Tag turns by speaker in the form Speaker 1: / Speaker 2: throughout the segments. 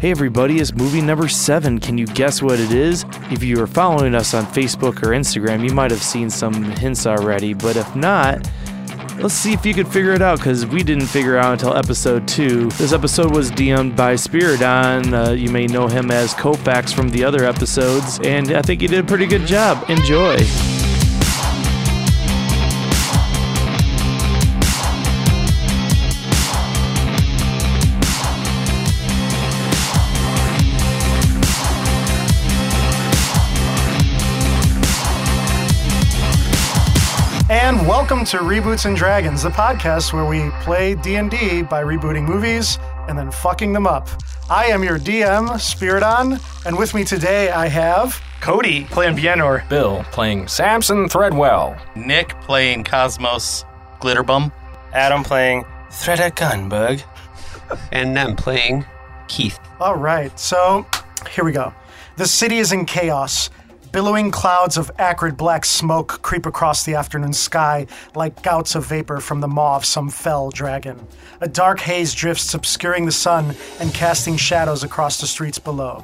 Speaker 1: Hey, everybody, it's movie number seven. Can you guess what it is? If you are following us on Facebook or Instagram, you might have seen some hints already, but if not, Let's see if you could figure it out because we didn't figure out until episode two. This episode was DM'd by Spiridon. Uh, you may know him as Kofax from the other episodes, and I think he did a pretty good job. Enjoy.
Speaker 2: And welcome to Reboots and Dragons, the podcast where we play D&D by rebooting movies and then fucking them up. I am your DM, Spiridon, and with me today I have Cody playing Bienor.
Speaker 3: Bill playing Samson Threadwell.
Speaker 4: Nick playing Cosmos Glitterbum.
Speaker 5: Adam playing Threada Gunbug.
Speaker 6: and I'm playing Keith.
Speaker 2: All right, so here we go. The city is in chaos. Billowing clouds of acrid black smoke creep across the afternoon sky like gouts of vapor from the maw of some fell dragon. A dark haze drifts, obscuring the sun and casting shadows across the streets below.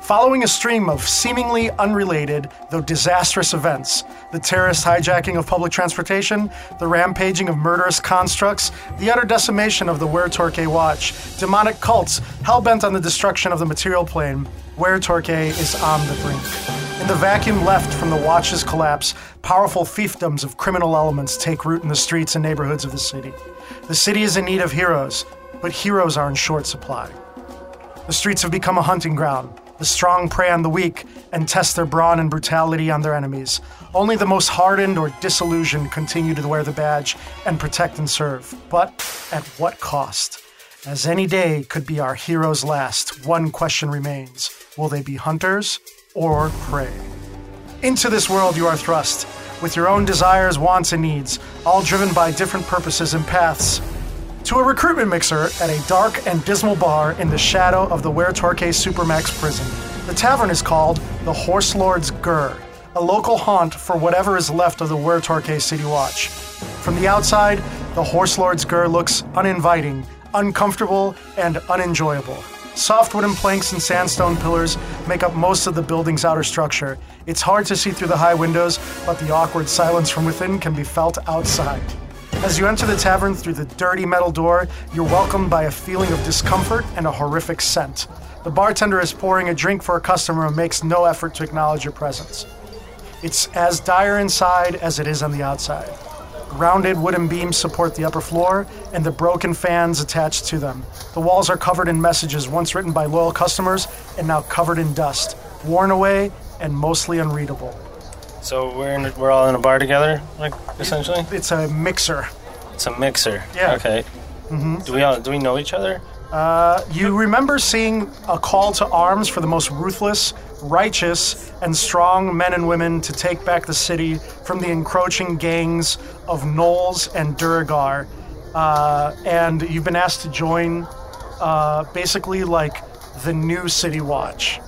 Speaker 2: Following a stream of seemingly unrelated, though disastrous events the terrorist hijacking of public transportation, the rampaging of murderous constructs, the utter decimation of the Wer Torque Watch, demonic cults hellbent on the destruction of the material plane, Wer Torque is on the brink. In the vacuum left from the Watch's collapse, powerful fiefdoms of criminal elements take root in the streets and neighborhoods of the city. The city is in need of heroes, but heroes are in short supply. The streets have become a hunting ground. The strong prey on the weak and test their brawn and brutality on their enemies. Only the most hardened or disillusioned continue to wear the badge and protect and serve. But at what cost? As any day could be our hero's last, one question remains will they be hunters or prey. Into this world you are thrust, with your own desires, wants, and needs, all driven by different purposes and paths, to a recruitment mixer at a dark and dismal bar in the shadow of the Ware Torque Supermax prison. The tavern is called the Horse Lord's Gur, a local haunt for whatever is left of the Ware Torque City Watch. From the outside, the Horse Lord's Gur looks uninviting, uncomfortable, and unenjoyable. Soft wooden planks and sandstone pillars make up most of the building's outer structure. It's hard to see through the high windows, but the awkward silence from within can be felt outside. As you enter the tavern through the dirty metal door, you're welcomed by a feeling of discomfort and a horrific scent. The bartender is pouring a drink for a customer and makes no effort to acknowledge your presence. It's as dire inside as it is on the outside. Rounded wooden beams support the upper floor and the broken fans attached to them. The walls are covered in messages once written by loyal customers and now covered in dust, worn away and mostly unreadable.
Speaker 5: So we're in, we're all in a bar together, like essentially.
Speaker 2: It's a mixer.
Speaker 5: It's a mixer.
Speaker 2: Yeah.
Speaker 5: Okay. Mm-hmm. Do we all do we know each other?
Speaker 2: You remember seeing a call to arms for the most ruthless, righteous, and strong men and women to take back the city from the encroaching gangs of Knowles and Durgar. Uh, and you've been asked to join uh, basically like the new City Watch.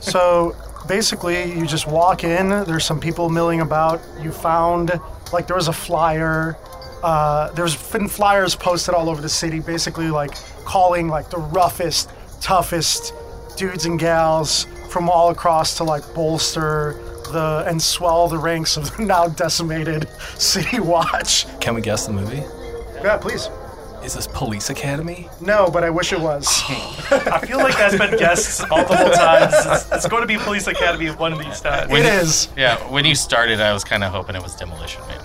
Speaker 2: so basically, you just walk in, there's some people milling about. You found, like, there was a flyer uh, there's been flyers posted all over the city, basically like calling like the roughest, toughest dudes and gals from all across to like bolster the and swell the ranks of the now decimated city watch.
Speaker 3: Can we guess the movie?
Speaker 2: Yeah, please.
Speaker 3: Is this Police Academy?
Speaker 2: No, but I wish it was.
Speaker 7: I feel like that's been guessed multiple times. It's, it's going to be Police Academy one of these times.
Speaker 2: it is.
Speaker 4: Yeah, when you started, I was kind of hoping it was Demolition Man.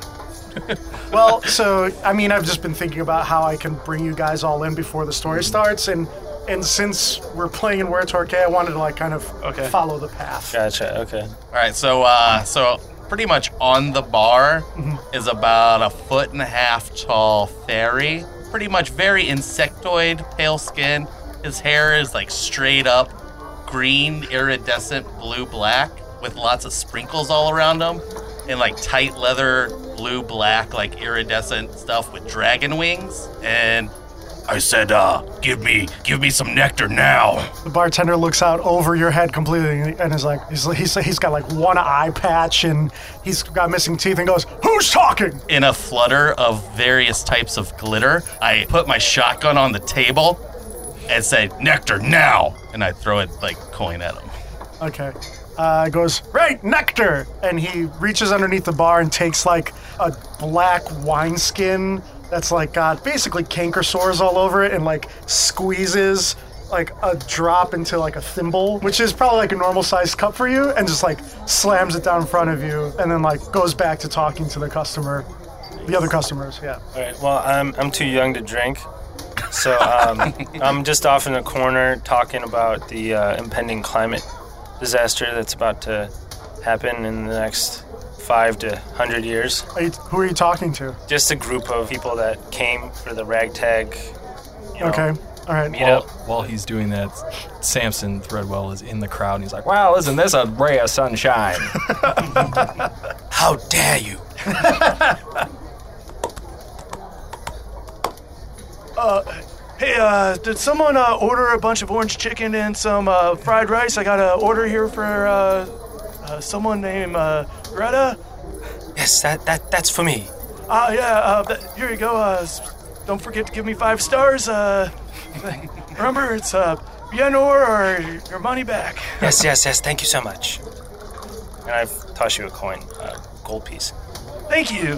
Speaker 2: Well, so I mean, I've just been thinking about how I can bring you guys all in before the story starts, and and since we're playing in Where Torque, I wanted to like kind of
Speaker 7: Okay.
Speaker 2: follow the path.
Speaker 5: Gotcha. Okay.
Speaker 4: All right, so uh, so pretty much on the bar is about a foot and a half tall fairy. Pretty much very insectoid, pale skin. His hair is like straight up green, iridescent, blue black with lots of sprinkles all around him, and like tight leather, blue black, like iridescent stuff with dragon wings. And I said, uh, give me, give me some nectar now.
Speaker 2: The bartender looks out over your head completely and is like, he's, he's, he's got like one eye patch and he's got missing teeth and goes, Who's talking?
Speaker 4: in a flutter of various types of glitter. I put my shotgun on the table and say, Nectar, now! And I throw it like coin at him.
Speaker 2: Okay. Uh, it goes, right, nectar! And he reaches underneath the bar and takes like a black wineskin that's like got basically canker sores all over it and like squeezes like a drop into like a thimble, which is probably like a normal sized cup for you, and just like slams it down in front of you and then like goes back to talking to the customer. The other customers, yeah.
Speaker 5: All right. Well, I'm I'm too young to drink, so um, I'm just off in a corner talking about the uh, impending climate disaster that's about to happen in the next five to hundred years.
Speaker 2: Are you, who are you talking to?
Speaker 5: Just a group of people that came for the ragtag. You know,
Speaker 2: Okay. All right.
Speaker 5: Meet
Speaker 3: While,
Speaker 5: up.
Speaker 3: while he's doing that, Samson Threadwell is in the crowd and he's like, Wow, isn't this a ray of sunshine? How dare you?
Speaker 1: Hey, uh, did someone uh, order a bunch of orange chicken and some uh, fried rice? I got an order here for uh, uh, someone named uh, Greta.
Speaker 5: Yes, that, that that's for me.
Speaker 1: Uh, yeah, uh, th- here you go. Uh, s- don't forget to give me five stars. Uh, remember, it's uh, Bienor or your money back.
Speaker 5: Yes, yes, yes. Thank you so much. And I've tossed you a coin, a gold piece.
Speaker 1: Thank you.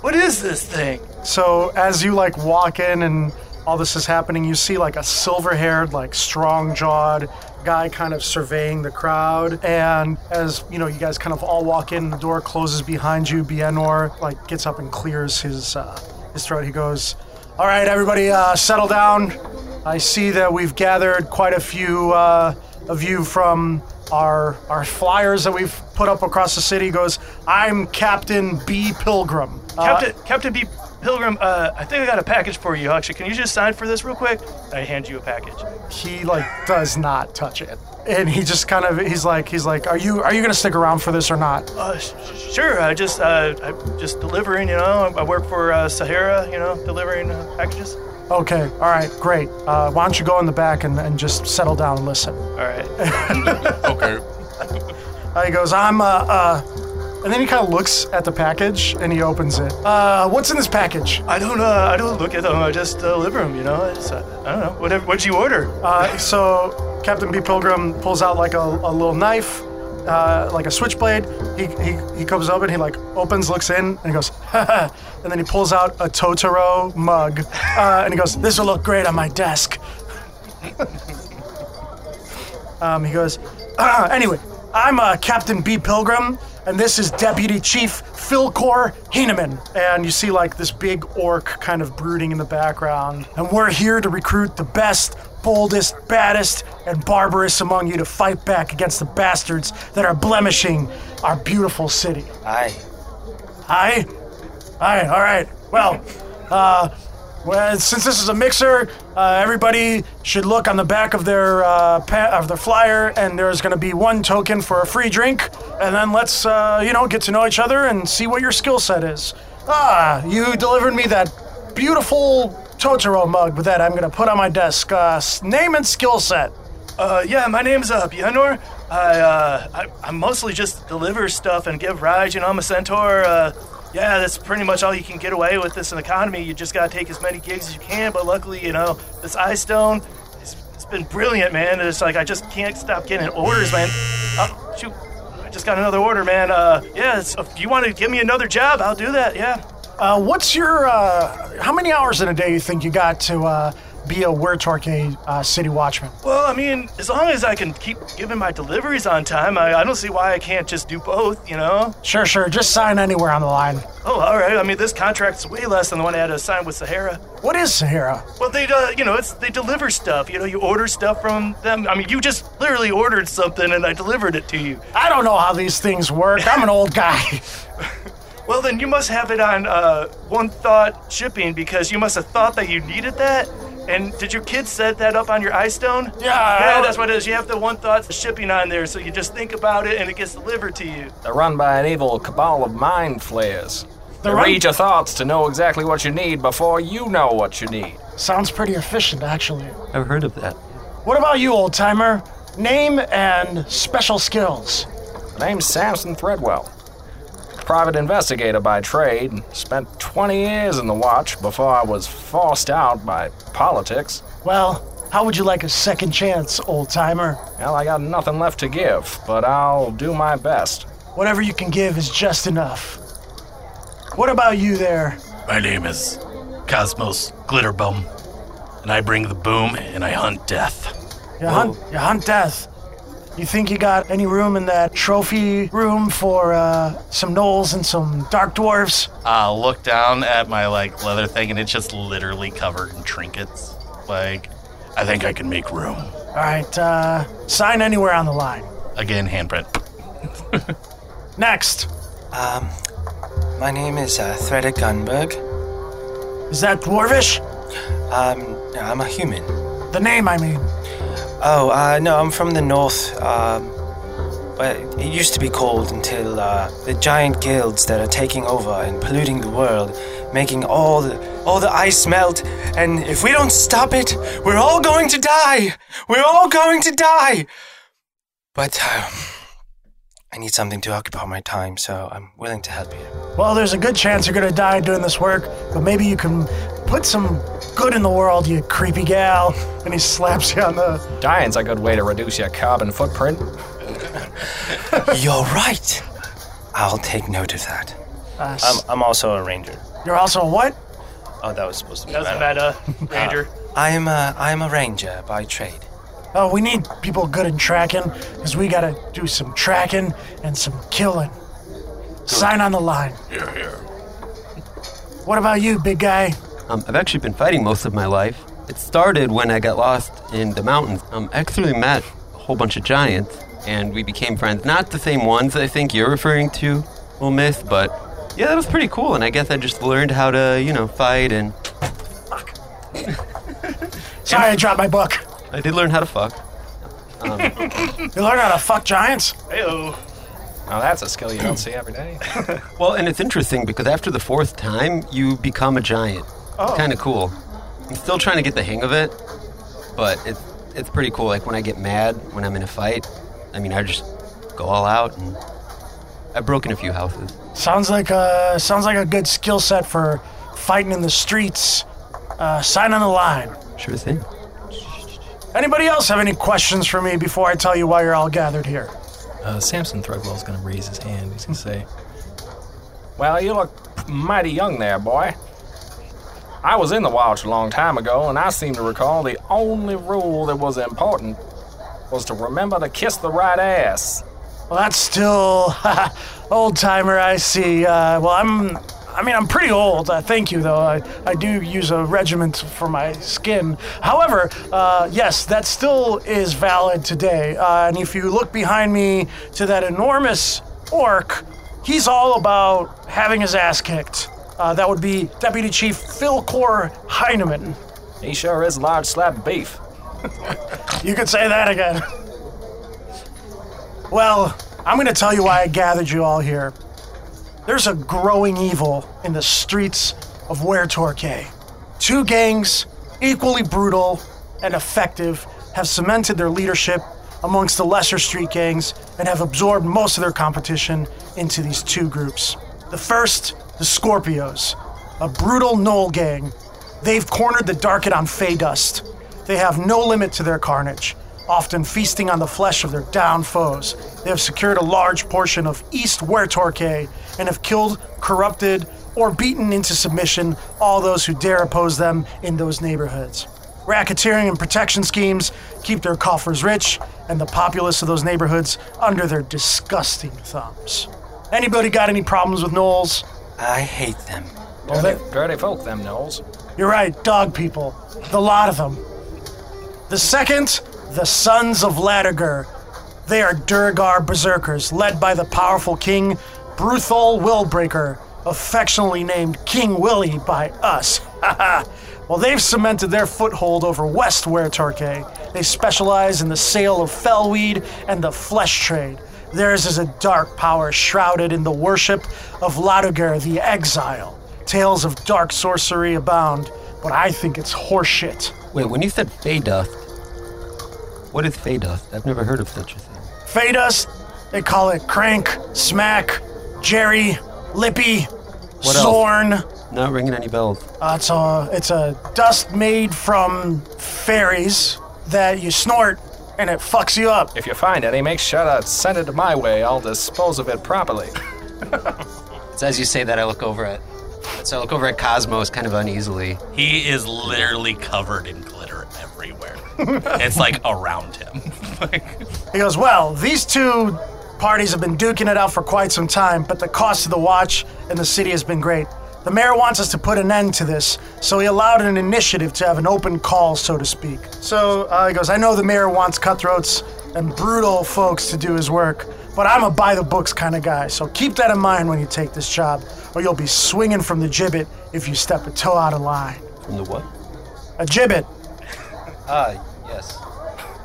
Speaker 1: What is this thing?
Speaker 2: So as you like walk in and all this is happening, you see like a silver-haired, like strong-jawed guy kind of surveying the crowd. And as you know, you guys kind of all walk in, the door closes behind you. Bienor like gets up and clears his uh, his throat. He goes, "All right, everybody, uh, settle down. I see that we've gathered quite a few uh, of you from." Our, our flyers that we've put up across the city He goes, I'm Captain B. Pilgrim. Uh,
Speaker 7: Captain, Captain B. Pilgrim, uh, I think I got a package for you, Huxley. Can you just sign for this real quick? I hand you a package.
Speaker 2: he like does not touch it and he just kind of he's like he's like are you are you gonna stick around for this or not
Speaker 7: Uh, sh- sh- sure. I just, uh, I'm just delivering. You know, I- I work for uh, Sahara. You know, delivering uh, packages.
Speaker 2: okay all right great uh, why don't you go in the back and, and just settle down and listen
Speaker 7: All right.
Speaker 4: Okay.
Speaker 2: uh, he goes i'm uh, uh and then he kind of looks at the package and he opens it uh what's in this package
Speaker 7: I don't, uh, I don't look at them. I just deliver them. You know, it's, uh, I don't know. Whatever. What'd you order?
Speaker 2: Uh, so Captain B. Pilgrim pulls out like a, a little knife, uh, like a switchblade. He, he, he comes up and he like opens, looks in, and he goes, and then he pulls out a Totoro mug, uh, and he goes, "This will look great on my desk." um, he goes, "Anyway, I'm uh, Captain B. Pilgrim." And this is Deputy Chief Philcor Heeneman. And you see, like, this big orc kind of brooding in the background. And we're here to recruit the best, boldest, baddest, and barbarous among you to fight back against the bastards that are blemishing our beautiful city.
Speaker 5: Aye.
Speaker 2: Aye? Aye, all right. Well, uh, well, since this is a mixer, uh, everybody should look on the back of their uh, pa- of their flyer, and there's going to be one token for a free drink. And then let's uh, you know get to know each other and see what your skill set is. Ah, you delivered me that beautiful Totoro mug with that I'm going to put on my desk. Uh, s- name and skill set.
Speaker 7: Uh, yeah, my name's uh, Bianor. I, uh, I, I mostly just deliver stuff and give rides. You know, I'm a centaur. Uh, yeah, that's pretty much all you can get away with this economy. You just gotta take as many gigs as you can. But luckily, you know, this eye stone, it's, it's been brilliant, man. It's like I just can't stop getting orders, man. Oh, shoot, I just got another order, man. Uh, yeah, it's, if you want to give me another job, I'll do that. Yeah.
Speaker 2: Uh, what's your uh, how many hours in a day you think you got to uh, be a Wertorque uh, city watchman?
Speaker 7: Well, I mean, as long as I can keep giving my deliveries on time, I, I don't see why I can't just do both. You know.
Speaker 2: Sure, sure. Just sign anywhere on the line.
Speaker 7: Oh, all right. I mean, this contract's way less than the one I had to sign with Sahara.
Speaker 2: What is Sahara?
Speaker 7: Well, they, uh, you know, it's they deliver stuff. You know, you order stuff from them. I mean, you just literally ordered something and I delivered it to you.
Speaker 2: I don't know how these things work. I'm an old guy.
Speaker 7: Well, then you must have it on uh, one thought shipping because you must have thought that you needed that. And did your kid set that up on your iStone? Yeah, that's what it is. You have the one thought shipping on there, so you just think about it and it gets delivered to you.
Speaker 3: They're run by an evil cabal of mind flayers. They
Speaker 2: run-
Speaker 3: read your thoughts to know exactly what you need before you know what you need.
Speaker 2: Sounds pretty efficient, actually.
Speaker 6: I've heard of that.
Speaker 2: What about you, old timer? Name and special skills.
Speaker 3: My name's Samson Threadwell. Private investigator by trade, and spent 20 years in the watch before I was forced out by politics.
Speaker 2: Well, How would you like a second chance, old timer?
Speaker 3: Well, I got nothing left to give, but I'll do my best.
Speaker 2: Whatever you can give is just enough. What about you there?
Speaker 4: My name is Cosmos Glitterbum, and I bring the boom and I hunt death.
Speaker 2: You hunt, you hunt death. You think you got any room in that trophy room for uh, some gnolls and some dark dwarves?
Speaker 4: I look down at my like leather thing, and it's just literally covered in trinkets. Like, I think I can make room.
Speaker 2: All right, uh, sign anywhere on the line.
Speaker 4: Again, handprint.
Speaker 2: Next.
Speaker 5: My name is uh, Threda Gunberg.
Speaker 2: Is that dwarvish?
Speaker 5: Um, I'm a human.
Speaker 2: The name, I mean.
Speaker 5: Oh, uh, no, I'm from the north. Um, but it used to be cold until uh, the giant guilds that are taking over and polluting the world, making all the, all the ice melt. And if we don't stop it, we're all going to die. We're all going to die. But uh, I need something to occupy my time, so I'm willing to help you.
Speaker 2: Well, there's a good chance you're gonna die doing this work, but maybe you can put some good in the world, you creepy gal. And he slaps you on the.
Speaker 3: Dying's a good way to reduce your carbon footprint.
Speaker 5: You're right. I'll take note of that.
Speaker 2: Uh,
Speaker 5: I'm, I'm also a ranger.
Speaker 2: you're also a what?
Speaker 5: Oh, that was supposed to be.
Speaker 7: That was
Speaker 5: right.
Speaker 7: meta, Ranger.
Speaker 5: I'm a I'm a ranger by trade.
Speaker 2: Oh, we need people good in tracking, because we gotta do some tracking and some killing. Sign on the line.
Speaker 4: Here, here.
Speaker 2: What about you, big guy?
Speaker 6: Um, I've actually been fighting most of my life. It started when I got lost in the mountains. Um, I actually met a whole bunch of giants, and we became friends. Not the same ones I think you're referring to, Will Myth, but yeah, that was pretty cool. And I guess I just learned how to, you know, fight, and
Speaker 2: Sorry, I dropped my book.
Speaker 6: I did learn how to fuck.
Speaker 2: You learn how to fuck giants?
Speaker 7: Heyo.
Speaker 3: Now that's a skill you don't see every day.
Speaker 6: Well, and it's interesting because after the fourth time, you become a giant. It's kind of cool. I'm still trying to get the hang of it, but it's it's pretty cool. Like when I get mad when I'm in a fight, I mean, I just go all out, and I've broken a few houses.
Speaker 2: Sounds like a sounds like a good skill set for fighting in the streets. Uh, sign on the line.
Speaker 6: Sure thing.
Speaker 2: Anybody else have any questions for me before I tell you why you're all gathered here?
Speaker 3: Uh, Samson Threadwell's gonna raise his hand. He's gonna say, Well, you look mighty young there, boy. I was in the watch a long time ago, and I seem to recall the only rule that was important was to remember to kiss the right ass.
Speaker 2: Well, that's still old timer. I see. Uh, well, I'm. I mean, I'm pretty old. Uh, thank you, though. I, I do use a regiment for my skin. However, uh, yes, that still is valid today. Uh, and if you look behind me to that enormous orc, he's all about having his ass kicked. Uh, that would be Deputy Chief Phil Cor Heineman.
Speaker 3: He sure is large slab beef.
Speaker 2: You could say that again. Well, I'm going to tell you why I gathered you all here. There's a growing evil in the streets of Were Torque. Two gangs, equally brutal and effective, have cemented their leadership amongst the lesser street gangs and have absorbed most of their competition into these two groups. The first, the Scorpios, a brutal knoll gang. They've cornered the Darket on Fey Dust. They have no limit to their carnage, often feasting on the flesh of their downed foes. They have secured a large portion of East Wertorke and have killed, corrupted, or beaten into submission all those who dare oppose them in those neighborhoods. Racketeering and protection schemes keep their coffers rich and the populace of those neighborhoods under their disgusting thumbs. Anybody got any problems with Knowles?
Speaker 5: I hate them.
Speaker 3: Dirty, dirty folk, them Knowles.
Speaker 2: You're right, dog people. The lot of them. The second, the Sons of Ladiger. They are Durgar berserkers, led by the powerful king Bruthol Willbreaker, affectionately named King Willie by us. well, they've cemented their foothold over West Wertorke. They specialize in the sale of fellweed and the flesh trade. Theirs is a dark power shrouded in the worship of Ladoger the Exile. Tales of dark sorcery abound, but I think it's horseshit.
Speaker 6: Wait, when you said fey dust, what is fey dust? I've never heard of such a thing.
Speaker 2: Fade us, they call it Crank, Smack, Jerry, Lippy,
Speaker 6: else?
Speaker 2: Zorn,
Speaker 6: Not ringing any bells.
Speaker 2: Uh, it's a it's a dust made from fairies that you snort and it fucks you up.
Speaker 3: If you find any, make sure to send it my way. I'll dispose of it properly.
Speaker 6: It's as you say that I look over at. So I look over at Cosmos kind of uneasily.
Speaker 4: He is literally covered in glitter everywhere. it's like around him. like,
Speaker 2: He goes, well, these two parties have been duking it out for quite some time, but the cost of the watch in the city has been great. The mayor wants us to put an end to this, so he allowed an initiative to have an open call, so to speak. So uh, he goes, I know the mayor wants cutthroats and brutal folks to do his work, but I'm a by the books kind of guy, so keep that in mind when you take this job, or you'll be swinging from the gibbet if you step a toe out of line.
Speaker 6: From the what?
Speaker 2: A gibbet.
Speaker 6: Ah, yes.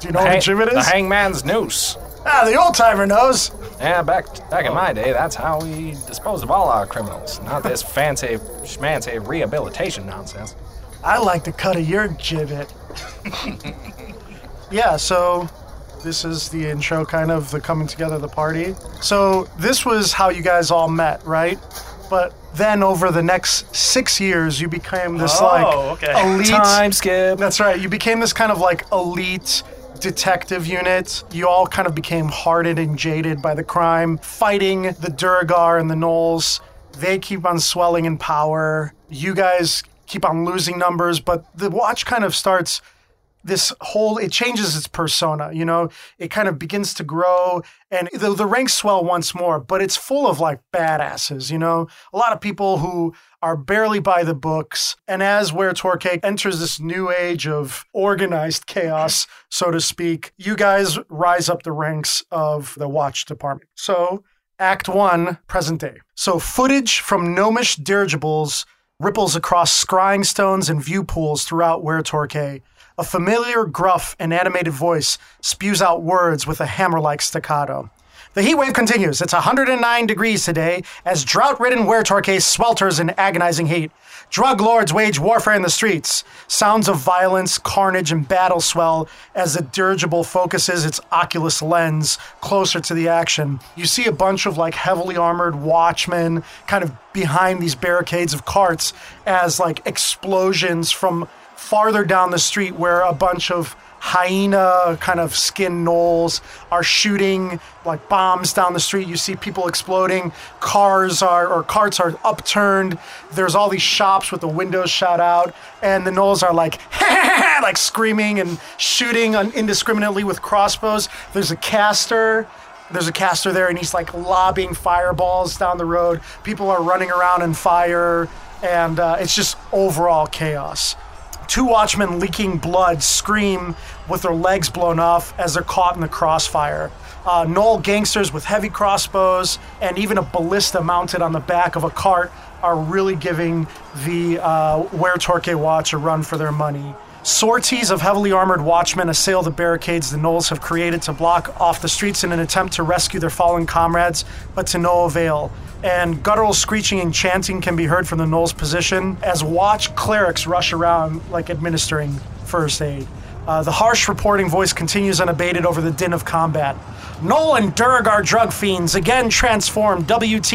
Speaker 2: Do you know what a gibbet
Speaker 3: the
Speaker 2: is?
Speaker 3: hangman's noose.
Speaker 2: ah, the old timer knows.
Speaker 3: Yeah, back back in my day, that's how we disposed of all our criminals. Not this fancy schmancy rehabilitation nonsense.
Speaker 2: I like the cut of your gibbet. yeah, so this is the intro, kind of the coming together of the party. So this was how you guys all met, right? But then over the next six years, you became this
Speaker 7: Oh,
Speaker 2: like
Speaker 7: okay.
Speaker 2: elite.
Speaker 3: Time skip.
Speaker 2: That's right. You became this kind of like elite detective unit. You all kind of became hardened and jaded by the crime, fighting the Durgar and the Knolls. They keep on swelling in power. You guys keep on losing numbers, but the watch kind of starts this whole it changes its persona you know it kind of begins to grow and the, the ranks swell once more but it's full of like badasses you know a lot of people who are barely by the books and as where torque enters this new age of organized chaos so to speak you guys rise up the ranks of the watch department so act one present day so footage from gnomish dirigibles ripples across scrying stones and view pools throughout Were Torque. A familiar, gruff, and animated voice spews out words with a hammer like staccato. The heat wave continues. It's 109 degrees today as drought ridden Were Torque swelters in agonizing heat. Drug lords wage warfare in the streets. Sounds of violence, carnage, and battle swell as the dirigible focuses its Oculus lens closer to the action. You see a bunch of like heavily armored watchmen kind of behind these barricades of carts as like explosions from farther down the street where a bunch of hyena kind of skin knolls are shooting like bombs down the street you see people exploding cars are or carts are upturned there's all these shops with the windows shot out and the knolls are like like screaming and shooting un- indiscriminately with crossbows there's a caster there's a caster there and he's like lobbing fireballs down the road people are running around in fire and uh, it's just overall chaos Two watchmen leaking blood scream with their legs blown off as they're caught in the crossfire. Uh, Knoll gangsters with heavy crossbows and even a ballista mounted on the back of a cart are really giving the uh, Were Torque Watch a run for their money. Sorties of heavily armored watchmen assail the barricades the Knolls have created to block off the streets in an attempt to rescue their fallen comrades, but to no avail. And guttural screeching and chanting can be heard from the Knolls' position as watch clerics rush around like administering first aid. Uh, the harsh reporting voice continues unabated over the din of combat. Knoll and Durg are drug fiends, again transform WT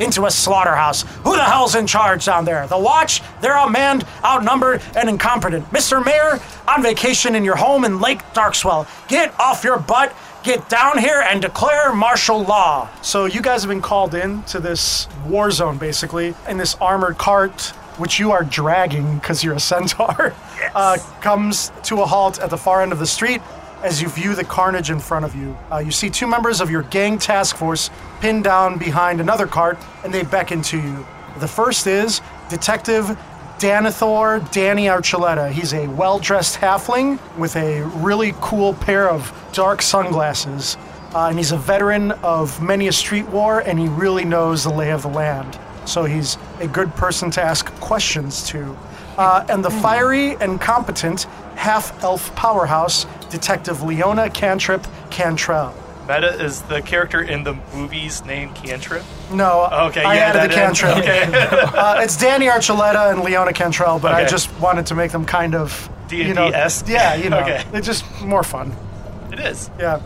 Speaker 2: into a slaughterhouse. Who the hell's in charge down there? The watch? They're outmanned, outnumbered, and incompetent. Mr. Mayor, on vacation in your home in Lake Darkswell. Get off your butt, get down here, and declare martial law. So you guys have been called in to this war zone, basically, in this armored cart which you are dragging because you're a centaur, uh, comes to a halt at the far end of the street as you view the carnage in front of you. Uh, you see two members of your gang task force pinned down behind another cart, and they beckon to you. The first is Detective Danathor Danny Archuleta. He's a well dressed halfling with a really cool pair of dark sunglasses. Uh, and he's a veteran of many a street war, and he really knows the lay of the land so he's a good person to ask questions to. Uh, and the fiery and competent half elf powerhouse, Detective Leona Cantrip Cantrell.
Speaker 7: Meta is the character in the movies named Cantrip.
Speaker 2: No,
Speaker 7: Okay,
Speaker 2: I
Speaker 7: yeah,
Speaker 2: added
Speaker 7: that
Speaker 2: the
Speaker 7: is-
Speaker 2: Cantrell.
Speaker 7: okay.
Speaker 2: uh, it's Danny Archuleta and Leona Cantrell, but I
Speaker 7: Okay.
Speaker 2: just wanted to make them kind of you know,
Speaker 7: D&D-esque?
Speaker 2: Yeah, you know,
Speaker 7: Okay.
Speaker 2: it's just more fun.
Speaker 7: It is.
Speaker 2: Yeah.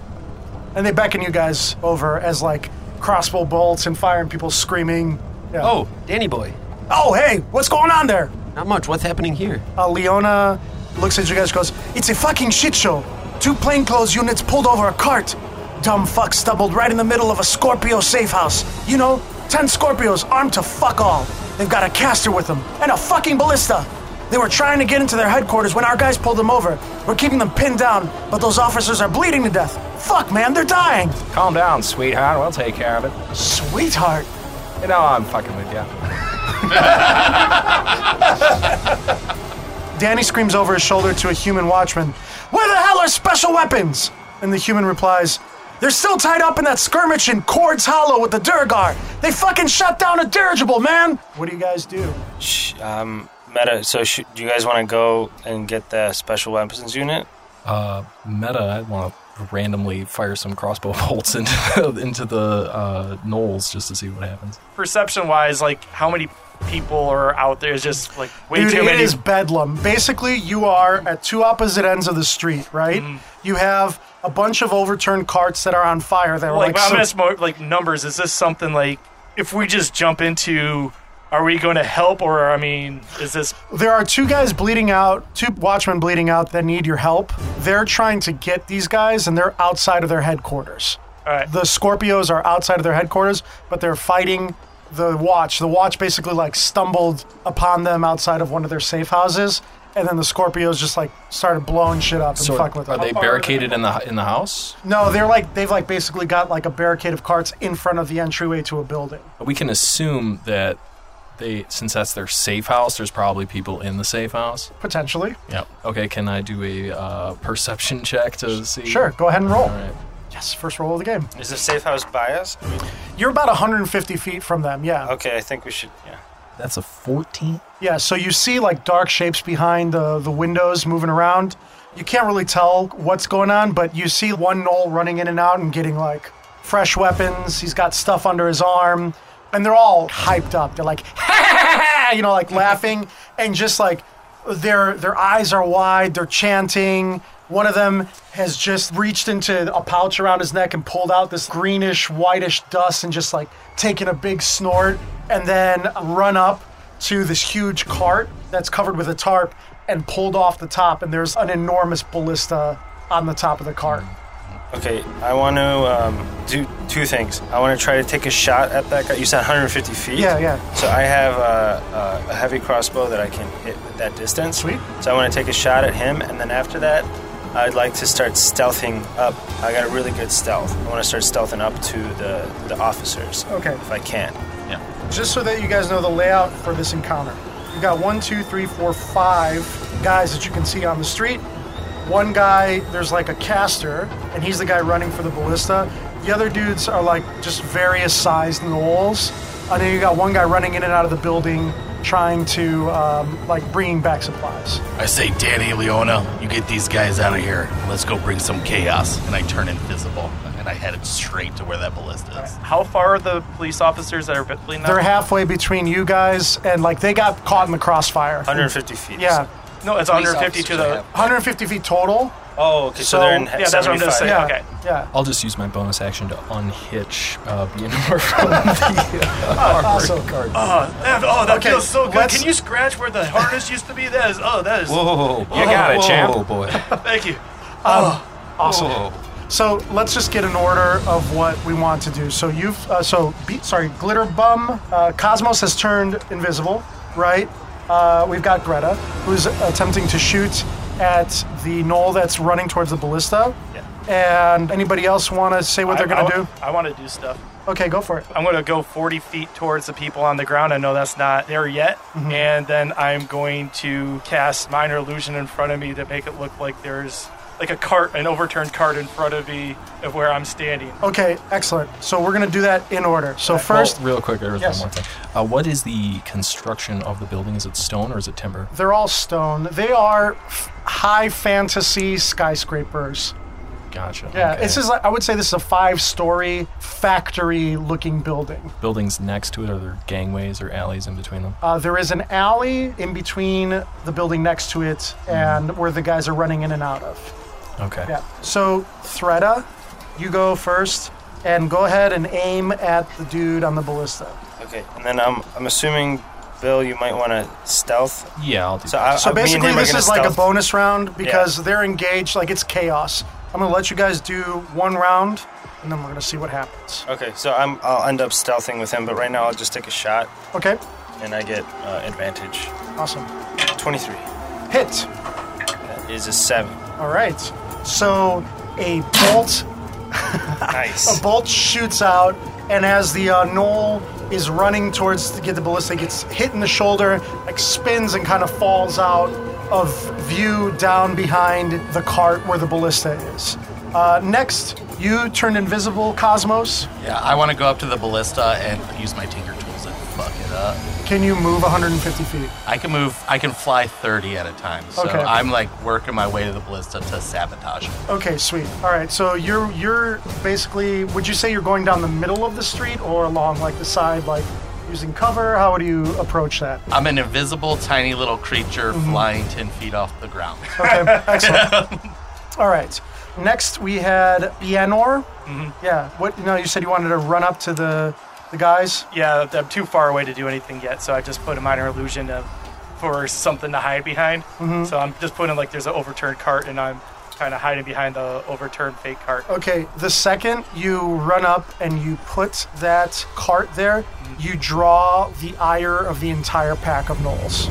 Speaker 2: And they beckon you guys
Speaker 7: Oh.
Speaker 2: over as like crossbow bolts and fire and people screaming. Yeah.
Speaker 6: Oh, Danny boy.
Speaker 2: Oh, hey, what's going on there?
Speaker 6: Not much. What's happening here?
Speaker 2: Uh, Leona looks at you guys and goes, It's a fucking shit show. Two plainclothes units pulled over a cart. Dumb fuck stumbled right in the middle of a Scorpio safe house. You know, 10 Scorpios armed to fuck all. They've got a caster with them and a fucking ballista. They were trying to get into their headquarters when our guys pulled them over. We're keeping them pinned down, but those officers are bleeding to death. Fuck, man, they're dying.
Speaker 3: Calm down, sweetheart. We'll take care of it.
Speaker 2: Sweetheart.
Speaker 3: You know I'm fucking with you.
Speaker 2: Danny screams over his shoulder to a human watchman, Where the hell are special weapons? And the human replies, They're still tied up in that skirmish in Cords Hollow with the Durgar. They fucking shut down a dirigible, man! What do you guys do?
Speaker 5: Sh- Um, Meta, so sh- do you guys want to go and get the special weapons unit?
Speaker 3: Uh, meta, I want to randomly fire some crossbow bolts into into the uh, knolls just to see what happens.
Speaker 7: Perception wise, like how many people are out there is just like way
Speaker 2: Dude,
Speaker 7: too
Speaker 2: it
Speaker 7: many.
Speaker 2: is bedlam. Basically, you are at two opposite ends of the street, right?
Speaker 7: Mm.
Speaker 2: You have a bunch of overturned carts that are on fire that are
Speaker 7: like,
Speaker 2: like,
Speaker 7: I'm
Speaker 2: so-
Speaker 7: just more like numbers. Is this something like if we just jump into? Are we going to help, or I mean, is this
Speaker 2: There are two guys bleeding out, two watchmen bleeding out that need your help. They're trying to get these guys, and they're outside of their headquarters.
Speaker 7: all right?
Speaker 2: the Scorpios are outside of their headquarters, but they're fighting the Watch. The Watch basically like stumbled upon them outside of one of their safe houses, and then the Scorpios just like started blowing shit up and
Speaker 3: So
Speaker 2: fucking with
Speaker 3: are
Speaker 2: them.
Speaker 3: they barricaded in the in the house?
Speaker 2: No, they're like they've like basically got like a barricade of carts in front of the entryway to a building.
Speaker 3: We can assume that they, since that's their safe house, there's probably people in the safe house.
Speaker 2: Potentially,
Speaker 3: Yep. Okay, can I do a uh, perception check to see?
Speaker 2: sure. Go ahead and roll.
Speaker 3: All right.
Speaker 2: Yes, first roll of the game.
Speaker 5: Is the safe house by us?
Speaker 2: You're about 150 feet from them. Yeah.
Speaker 5: Okay, I think we should. Yeah.
Speaker 3: That's a 14.
Speaker 2: Yeah, so you see like dark shapes behind the, the windows moving around. You can't really tell what's going on, but you see one knoll running in and out and getting like fresh weapons. He's got stuff under his arm, and they're all hyped up. They're like, you know, like laughing and just like their their eyes are wide. They're chanting. One of them has just reached into a pouch around his neck and pulled out this greenish, whitish dust and just like taking a big snort and then run up to this huge cart that's covered with a tarp and pulled off the top, and there's an enormous ballista on the top of the cart.
Speaker 5: Okay, I want to um, do two things. I want to try to take a shot at that guy. You said 150 feet.
Speaker 2: Yeah, yeah.
Speaker 5: So I have a, a, a heavy crossbow that I can hit with that distance.
Speaker 2: Sweet.
Speaker 5: So I want to take a shot at him, and then after that, I'd like to start stealthing up. I got a really good stealth. I want to start stealthing up to the, the officers.
Speaker 2: Okay.
Speaker 5: If I can.
Speaker 2: Just so that you guys know the layout for this encounter, you got one, two, three, four, five guys that you can see on the street. One guy, there's like a caster, and he's the guy running for the ballista. The other dudes are like just various sized knolls. And then you got one guy running in and out of the building, trying to um, like bringing back supplies.
Speaker 4: I say, Danny, Leona, you get these guys out of here. Let's go bring some chaos. And I turn invisible and I headed straight to where that ballista is.
Speaker 7: How far are the police officers that are bleeding
Speaker 2: They're
Speaker 7: out?
Speaker 2: halfway between you guys, and like they got caught in the crossfire.
Speaker 5: 150 feet.
Speaker 2: Yeah,
Speaker 7: No, it's 150 to the.
Speaker 2: 150 feet total.
Speaker 5: Oh, okay. So,
Speaker 2: So-
Speaker 5: they're in
Speaker 2: yeah,
Speaker 7: Yeah, that's what I'm
Speaker 5: 75.
Speaker 7: just saying.
Speaker 2: Yeah.
Speaker 7: Okay.
Speaker 2: Yeah.
Speaker 3: I'll just use my bonus action to unhitch uh, Bienor from the uh,
Speaker 2: awesome.
Speaker 3: card.
Speaker 7: Oh, that, oh, that
Speaker 2: Okay,
Speaker 7: feels so good.
Speaker 2: let's-
Speaker 7: Can you scratch where the harness used to be? That is. Oh, that is.
Speaker 6: Whoa! You
Speaker 3: got it,
Speaker 6: whoa,
Speaker 3: champ.
Speaker 6: Whoa, boy.
Speaker 7: Thank you.
Speaker 2: Awesome.
Speaker 6: Whoa.
Speaker 2: So let's just get an order of what we want to do. So you've uh, so be, sorry, glitter bum. Uh, Cosmos has turned invisible, right? Uh, we've got Greta who's attempting to shoot at the knoll that's running towards the ballista. Yeah. And anybody else want to say what they're
Speaker 7: I,
Speaker 2: gonna
Speaker 7: I,
Speaker 2: do?
Speaker 7: I want to do stuff.
Speaker 2: Okay, go for it.
Speaker 7: I'm going to go 40 feet towards the people on the ground. I know that's not there yet. And then I'm going to cast Minor Illusion in front of me to make it look like there's like a cart, an overturned cart in front of me of where I'm standing.
Speaker 2: Okay, excellent. So we're gonna do that in order. So first,
Speaker 3: real quick, there was
Speaker 2: Yes.
Speaker 3: one more thing. Uh, what is the construction of the building? Is it stone or is it timber?
Speaker 2: They're all stone. They are f- high fantasy skyscrapers.
Speaker 3: Gotcha.
Speaker 2: Yeah,
Speaker 3: okay.
Speaker 2: this is like I would say this is a five-story factory-looking building.
Speaker 3: buildings next to it. Are there gangways or alleys in between them?
Speaker 2: Uh, there is an alley in between the building next to it
Speaker 5: Hmm.
Speaker 2: and where the guys are running in and out of.
Speaker 3: Okay.
Speaker 2: Yeah. So Threda, you go first and go ahead and aim at the dude on the ballista.
Speaker 5: Okay, and then I'm I'm assuming Bill, you might want to stealth.
Speaker 3: Yeah, I'll do
Speaker 5: So,
Speaker 3: that.
Speaker 5: I,
Speaker 2: So
Speaker 5: I- Uh, me and
Speaker 2: basically,
Speaker 5: him are
Speaker 2: this
Speaker 5: gonna
Speaker 2: is like a
Speaker 5: stealth.
Speaker 2: bonus round because they're engaged. Like it's chaos. I'm gonna let you guys do one round, and then we're gonna see what happens.
Speaker 5: Okay, so I'm, I'll end up stealthing with him, but right now I'll just take a shot
Speaker 2: Okay,
Speaker 5: and I get uh, advantage.
Speaker 2: awesome.
Speaker 5: 23.
Speaker 2: Hit.
Speaker 5: That is a 7.
Speaker 2: All right. So a bolt, a
Speaker 5: Nice.
Speaker 2: bolt shoots out, and as the uh, knoll is running towards to get the ballista, gets hit in the shoulder, like spins and kind of falls out of view down behind the cart where the ballista is. Uh, next, you turned invisible, Cosmos.
Speaker 4: Yeah, I want to go up to the ballista and use my tinker tools and fuck it up.
Speaker 2: Can you move 150 feet?
Speaker 4: I can move. I can fly 30 at a time. So
Speaker 2: Okay.
Speaker 4: I'm like working my way to the ballista to sabotage it.
Speaker 2: Okay, sweet. All right, so you're you're basically. Would you say you're going down the middle of the street or along like the side, like using cover? How would you approach that?
Speaker 4: I'm an invisible, tiny little creature
Speaker 2: Mm-hmm.
Speaker 4: flying 10 feet off the ground.
Speaker 2: Okay, excellent. All right. Next, we had Bianor. Yeah. What? No, you said you wanted to run up to the the guys.
Speaker 7: Yeah, I'm too far away to do anything yet, so I just put a minor illusion of, for something to hide behind. So I'm just putting like there's an overturned cart, and I'm kind of hiding behind the overturned fake cart.
Speaker 2: Okay. The second you run up and you put that cart there, you draw the ire of the entire pack of gnolls.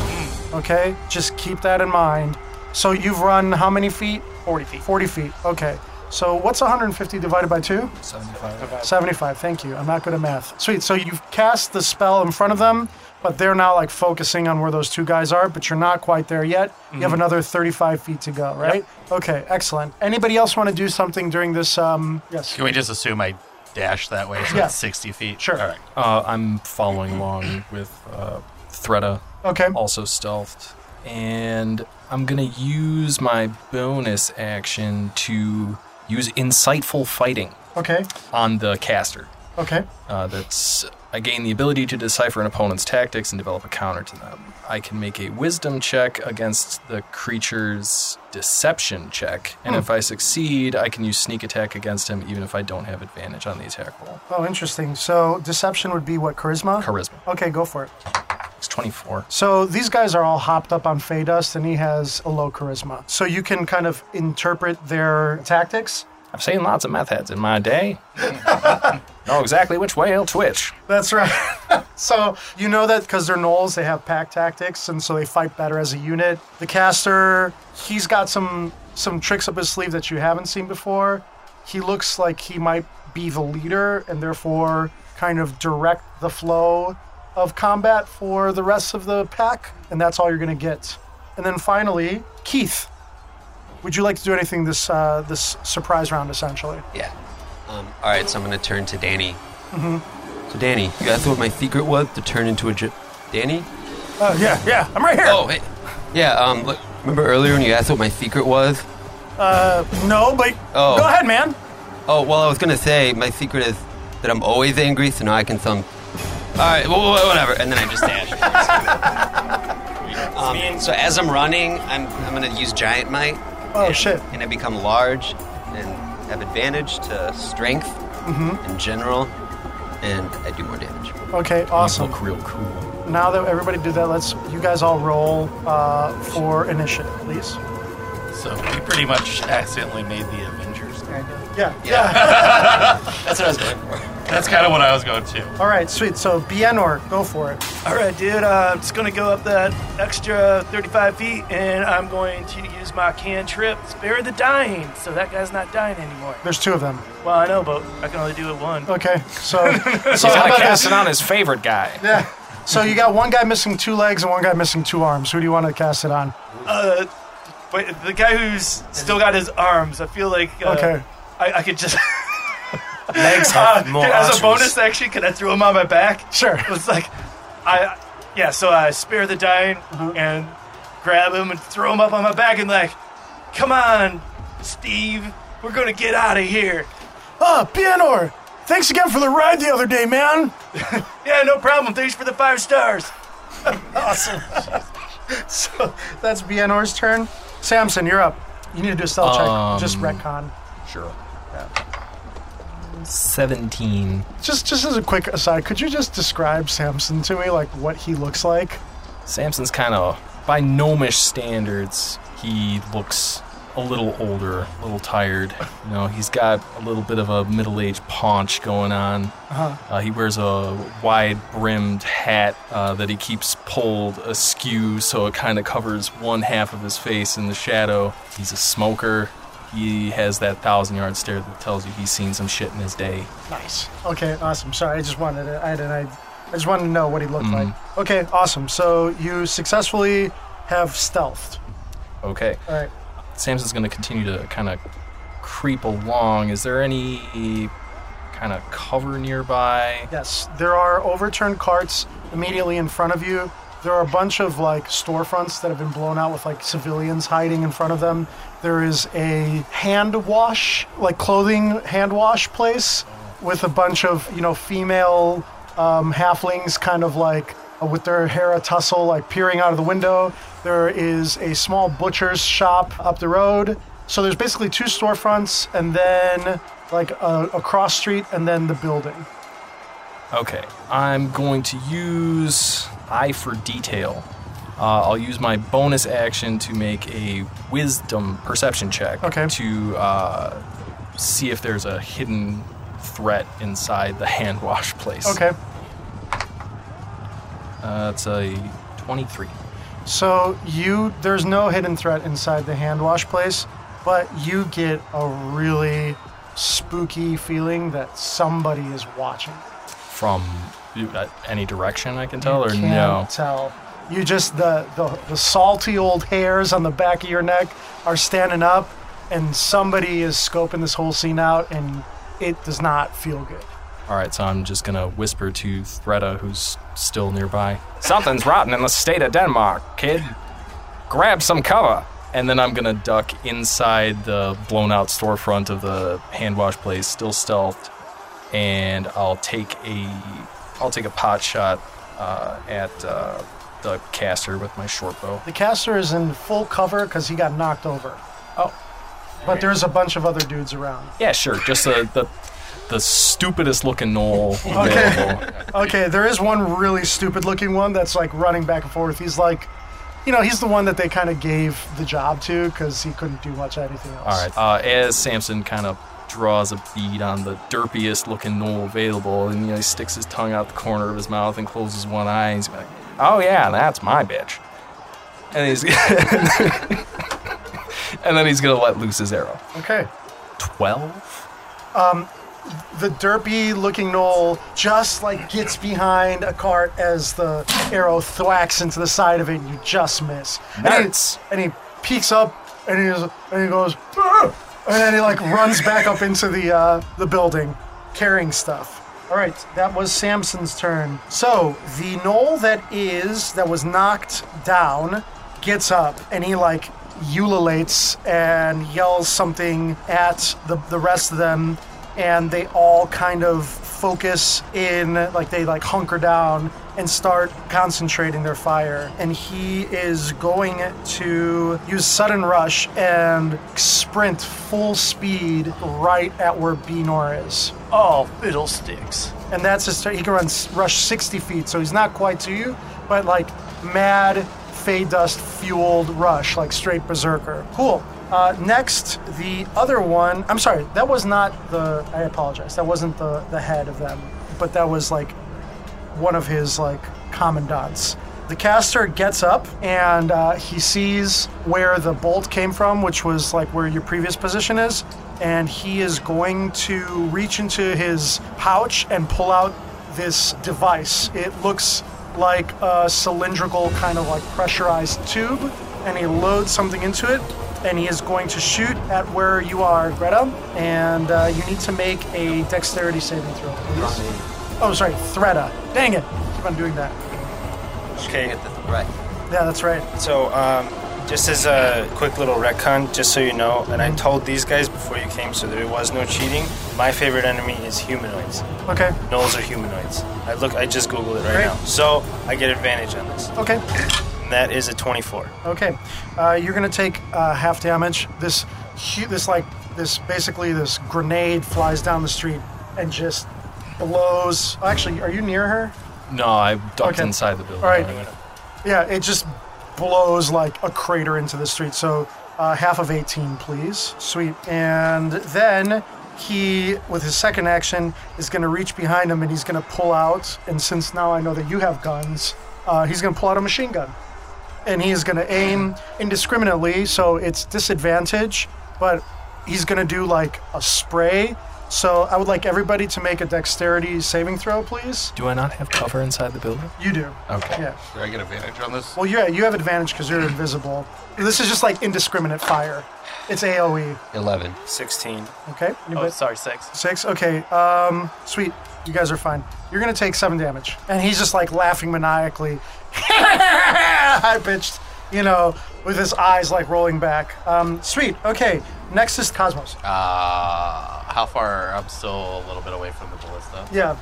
Speaker 2: Okay. Just keep that in mind. So you've run how many feet?
Speaker 7: 40 feet.
Speaker 2: 40 feet. Okay. So what's 150 divided by 2?
Speaker 3: 75.
Speaker 2: 75. Thank you. I'm not good at math. Sweet. So you've cast the spell in front of them, but they're now like focusing on where those two guys are, but you're not quite there yet. You have another 35 feet to go, right? Okay. Excellent. Anybody else want to do something during this? Um, yes.
Speaker 4: Can we just assume I dash that way? So
Speaker 2: Yeah.
Speaker 4: it's 60 feet.
Speaker 2: Sure.
Speaker 4: All right.
Speaker 3: Uh, I'm following along with uh, Thredda,
Speaker 2: Okay.
Speaker 3: also stealthed. And I'm going to use my bonus action to use Insightful Fighting
Speaker 2: Okay.
Speaker 3: on the caster.
Speaker 2: Okay.
Speaker 3: Uh, that's I gain the ability to decipher an opponent's tactics and develop a counter to them. I can make a wisdom check against the creature's deception check, and if I succeed, I can use sneak attack against him even if I don't have advantage on the attack roll.
Speaker 2: Oh, interesting. So deception would be what? Charisma?
Speaker 3: Charisma.
Speaker 2: Okay. Go for it.
Speaker 3: It's 24.
Speaker 2: So these guys are all hopped up on Fey Dust, and he has a low charisma. So you can kind of interpret their tactics.
Speaker 3: I've seen lots of meth heads in my day. know exactly which way it'll twitch.
Speaker 2: That's right. so you know that because they're gnolls, they have pack tactics, and so they fight better as a unit. The caster, he's got some some tricks up his sleeve that you haven't seen before. He looks like he might be the leader, and therefore kind of direct the flow of combat for the rest of the pack, and that's all you're gonna get. And then finally, Keith. Would you like to do anything this uh, this surprise round, essentially?
Speaker 6: Yeah. Um, all right, so I'm going to turn to Danny. Mm-hmm. So, Danny, you asked what my secret was to turn into a. Gi- Danny?
Speaker 2: Uh, yeah, yeah, I'm right here.
Speaker 6: Oh, hey. Yeah, um, look, remember earlier when you asked what my secret was?
Speaker 2: No, but
Speaker 6: Oh.
Speaker 2: go ahead, man.
Speaker 6: Oh, well, I was going to say my secret is that I'm always angry, so now I can thumb. All right, wh- wh- whatever. And then I just dash. um, so, as I'm running, I'm, I'm going to use Giant Might.
Speaker 2: Oh,
Speaker 6: and-
Speaker 2: shit.
Speaker 6: And I become large and have advantage to strength
Speaker 2: Mm-hmm.
Speaker 6: in general, and I do more damage.
Speaker 2: Okay, awesome.
Speaker 3: Look real cool.
Speaker 2: Now that everybody did that, let's you guys all roll uh, for initiative, please.
Speaker 4: So we pretty much accidentally made the Avengers.
Speaker 2: Yeah.
Speaker 6: That's what I was going for.
Speaker 4: That's kind of what I was going to.
Speaker 2: All right, sweet. So Bienor, go for it.
Speaker 7: All right, dude. Uh, I'm just gonna go up that extra 35 feet, and I'm going to use my cantrip, spare the dying, so that guy's not dying anymore.
Speaker 2: There's two of them.
Speaker 7: Well, I know, but I can only do it one.
Speaker 2: Okay. So so
Speaker 3: He's
Speaker 2: how
Speaker 3: gotta
Speaker 2: about
Speaker 3: cast
Speaker 2: this?
Speaker 3: it on his favorite guy.
Speaker 2: Yeah. So you got one guy missing two legs and one guy missing two arms. Who do you want to cast it on?
Speaker 7: Uh, but the guy who's still got his arms, I feel like uh,
Speaker 2: Okay.
Speaker 7: I, I could just
Speaker 5: Legs have more
Speaker 7: Can- as
Speaker 5: arteries.
Speaker 7: a bonus action, can I throw him on my back?
Speaker 2: Sure.
Speaker 7: It was like, I yeah. So I spare the dying
Speaker 2: Uh-huh.
Speaker 7: and grab him and throw him up on my back and like, come on, Steve, we're gonna get out of here.
Speaker 2: Oh, Bienor, thanks again for the ride the other day, man.
Speaker 7: Yeah, no problem. Thanks for the five stars.
Speaker 2: So that's Bienor's turn. Samson, you're up. You need to do a stealth
Speaker 3: Um,
Speaker 2: check. Just retcon.
Speaker 3: Sure.
Speaker 8: Seventeen.
Speaker 2: Just just as a quick aside, could you just describe Samson to me, like what he looks like?
Speaker 3: Samson's kind of, by gnomish standards, he looks a little older, a little tired. You know, he's got a little bit of a middle-aged paunch going on. uh he wears a wide-brimmed hat uh, that he keeps pulled askew, so it kind of covers one half of his face in the shadow. He's a smoker. He has that thousand-yard stare that tells you he's seen some shit in his day.
Speaker 2: Nice. Okay, awesome. Sorry, I just wanted to, I had an idea. I just wanted to know what he looked like. Okay, awesome. So you successfully have stealthed.
Speaker 3: Okay.
Speaker 2: All right.
Speaker 3: Samson's going to continue to kind of creep along. Is there any kind of cover nearby?
Speaker 2: Yes, there are overturned carts immediately in front of you. There are a bunch of like storefronts that have been blown out with like civilians hiding in front of them. There is a hand wash, like clothing hand wash place with a bunch of, you know, female um, halflings kind of like uh, with their hair a tussle, like peering out of the window. There is a small butcher's shop up the road. So there's basically two storefronts and then like a, a cross street and then the building.
Speaker 3: Okay. I'm going to use Eye for Detail. Uh, I'll use my bonus action to make a wisdom perception check
Speaker 2: Okay.
Speaker 3: to uh, see if there's a hidden threat inside the hand wash place.
Speaker 2: Okay.
Speaker 3: Uh, it's a 23.
Speaker 2: So you, there's no hidden threat inside the hand wash place, but you get a really spooky feeling that somebody is watching.
Speaker 3: From uh, any direction I can tell, or
Speaker 2: Can't
Speaker 3: no?
Speaker 2: tell. You just the, the the salty old hairs on the back of your neck are standing up, and somebody is scoping this whole scene out, and it does not feel good.
Speaker 3: All right, so I'm just gonna whisper to Threda, who's still nearby. Something's rotten in the state of Denmark, kid. Grab some cover. And then I'm gonna duck inside the blown-out storefront of the hand wash place, still stealthed, and I'll take a I'll take a pot shot uh, at uh, the caster with my short bow.
Speaker 2: The caster is in full cover because he got knocked over,
Speaker 3: Oh,
Speaker 2: but there's a bunch of other dudes around.
Speaker 3: yeah, sure. Just the the, the stupidest-looking knoll available.
Speaker 2: Okay, there is one really stupid looking one that's like running back and forth. He's like, you know, he's the one that they kind of gave the job to because he couldn't do much anything else.
Speaker 3: All right. Uh, as Samson kind of draws a bead on the derpiest looking knoll available, and you know, he sticks his tongue out the corner of his mouth and closes one eye, and he's like, "Oh yeah, that's my bitch," and he's and then he's gonna let loose his arrow.
Speaker 2: Okay. Um,
Speaker 3: Twelve.
Speaker 2: The derpy looking knoll just like gets behind a cart as the arrow thwacks into the side of it and you just miss.
Speaker 3: Nice.
Speaker 2: And he, and he peeks up and he, goes- and he goes, "Ah!" and then he like runs back up into the, uh, the building carrying stuff. All right, that was Samson's turn. So the knoll that is, that was knocked down, gets up and he like ululates and yells something at the, the rest of them and they all kind of focus in like they like hunker down and start concentrating their fire and he is going to use sudden rush and sprint full speed right at where Benor is
Speaker 7: Oh, fiddlesticks.
Speaker 2: and that's his turn. He can run s- rush 60 feet, so he's not quite to you, but like mad fey dust fueled rush, like straight berserker. Cool. Uh, next, the other one. I'm sorry, that was not the. I apologize. That wasn't the the head of them, but that was like one of his like commandants. The caster gets up and uh, he sees where the bolt came from, which was like where your previous position is, and he is going to reach into his pouch and pull out this device. It looks like a cylindrical kind of like pressurized tube, and he loads something into it, and he is going to shoot at where you are, Greta, and uh, you need to make a dexterity saving throw, please. Oh, sorry, Threada. Dang it. Keep on doing that.
Speaker 5: Okay,
Speaker 6: Right.
Speaker 2: Yeah, that's right.
Speaker 5: so um, just as a quick little retcon, just so you know, and I told these guys before you came, so there was no cheating. My favorite enemy is humanoids.
Speaker 2: Okay.
Speaker 5: Gnolls are humanoids. I look. I just googled it right
Speaker 2: Great.
Speaker 5: now, so I get advantage on this.
Speaker 2: Okay.
Speaker 5: And that is a 24.
Speaker 2: Okay. Uh, you're going to take uh, half damage. This, hu- this like, this basically, this grenade flies down the street, and just blows. Actually, are you near her?
Speaker 3: No, I ducked
Speaker 2: Okay.
Speaker 3: inside the building.
Speaker 2: All right. Yeah, it just blows like a crater into the street. So uh, half of 18, please. Sweet. And then he, with his second action, is going to reach behind him and he's going to pull out. And since now I know that you have guns, uh, he's going to pull out a machine gun. And he is going to aim indiscriminately. So it's disadvantage, but he's going to do like a spray. So I would like everybody to make a dexterity saving throw, please.
Speaker 3: Do I not have cover inside the building?
Speaker 2: You do.
Speaker 3: Okay.
Speaker 2: Yeah.
Speaker 4: Do I get advantage on this?
Speaker 2: Well, yeah, you have advantage because you're invisible. This is just like indiscriminate fire. It's AOE.
Speaker 6: 11.
Speaker 5: 16.
Speaker 2: Okay.
Speaker 4: Oh,
Speaker 2: Anybody-
Speaker 4: sorry, six.
Speaker 2: Six. Okay. Um, sweet. You guys are fine. You're gonna take seven damage, and he's just like laughing maniacally, high pitched, you know, with his eyes like rolling back. Um, sweet. Okay. Next is Cosmos.
Speaker 4: Ah. Uh, how far? I'm still a little bit away from the ballista.
Speaker 2: Yeah.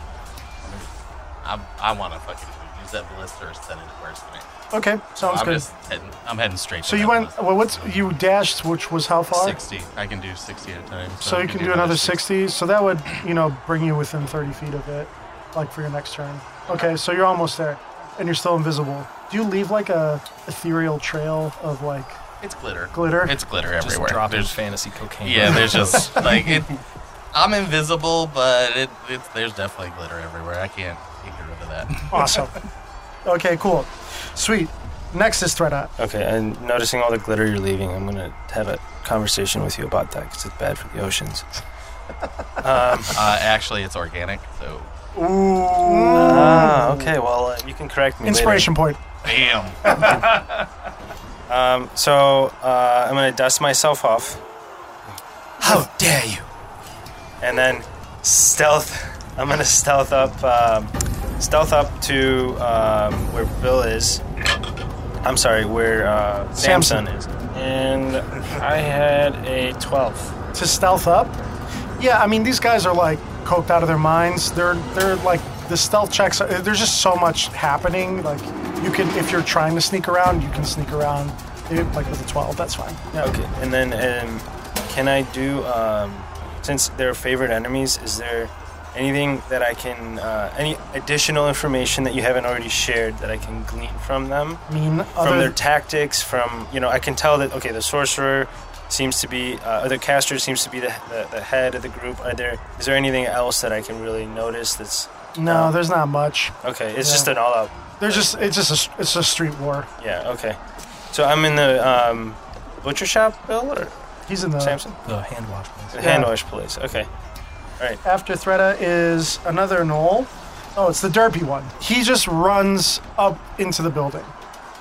Speaker 4: I'm, I want to fucking use that ballista or send it towards me.
Speaker 2: Okay. Sounds
Speaker 4: I'm
Speaker 2: good.
Speaker 4: just heading. I'm heading straight.
Speaker 2: So
Speaker 4: to
Speaker 2: you
Speaker 4: that
Speaker 2: went.
Speaker 4: ballista.
Speaker 2: Well, what's you dashed, which was how far?
Speaker 4: sixty. I can do sixty at a time.
Speaker 2: So
Speaker 4: I
Speaker 2: you can do another
Speaker 4: 60.
Speaker 2: 60. So that would, you know, bring you within 30 feet of it, like for your next turn. Okay, so you're almost there, and you're still invisible. Do you leave like a ethereal trail of like?
Speaker 4: It's glitter.
Speaker 2: Glitter?
Speaker 4: It's glitter
Speaker 3: Just
Speaker 4: everywhere.
Speaker 3: drop
Speaker 4: There's-
Speaker 3: his fantasy cocaine.
Speaker 4: yeah, there's just like it. I'm invisible, but it, it's there's definitely glitter everywhere. I can't get rid of that.
Speaker 2: Awesome. okay, cool, sweet. Next is Threadot.
Speaker 5: Okay, and noticing all the glitter you're leaving, I'm gonna have a conversation with you about that because it's bad for the oceans.
Speaker 4: Uh, actually, it's organic. So
Speaker 5: Ah, okay. Well, uh, you can correct me. later.
Speaker 2: Inspiration point.
Speaker 4: bam.
Speaker 5: Um, so uh, I'm gonna dust myself off,
Speaker 3: How dare you?
Speaker 5: and then stealth. I'm gonna stealth up, um, stealth up to um, where Bill is. I'm sorry, where uh,
Speaker 2: Samson.
Speaker 5: Samson is. And I had a 12.
Speaker 2: to stealth up. Yeah, I mean these guys are like coked out of their minds. They're they're like the stealth checks. are- There's just so much happening. Like you can if you're trying to sneak around, you can sneak around. eh, Like with a 12, that's fine. Yeah.
Speaker 5: Okay. And then um, can I do? Um, since they're favorite enemies, is there anything that I can? Uh, any additional information that you haven't already shared that I can glean from them?
Speaker 2: I mean,
Speaker 5: from
Speaker 2: other
Speaker 5: their tactics, from you know, I can tell that okay, the sorcerer seems to be, uh, or the caster seems to be the, the, the head of the group. Are there is there anything else that I can really notice? That's um,
Speaker 2: no, there's not much.
Speaker 5: okay. It's
Speaker 2: Yeah.
Speaker 5: just an all out.
Speaker 2: There's just it's just a, it's a street war.
Speaker 5: Yeah. Okay. So I'm in the um, butcher shop, Bill or
Speaker 2: He's in the
Speaker 5: Samson,
Speaker 3: The hand wash.
Speaker 5: the hand wash place. Okay.
Speaker 2: after Thredda is another knoll. Oh, it's the derpy one. He just runs up into the building.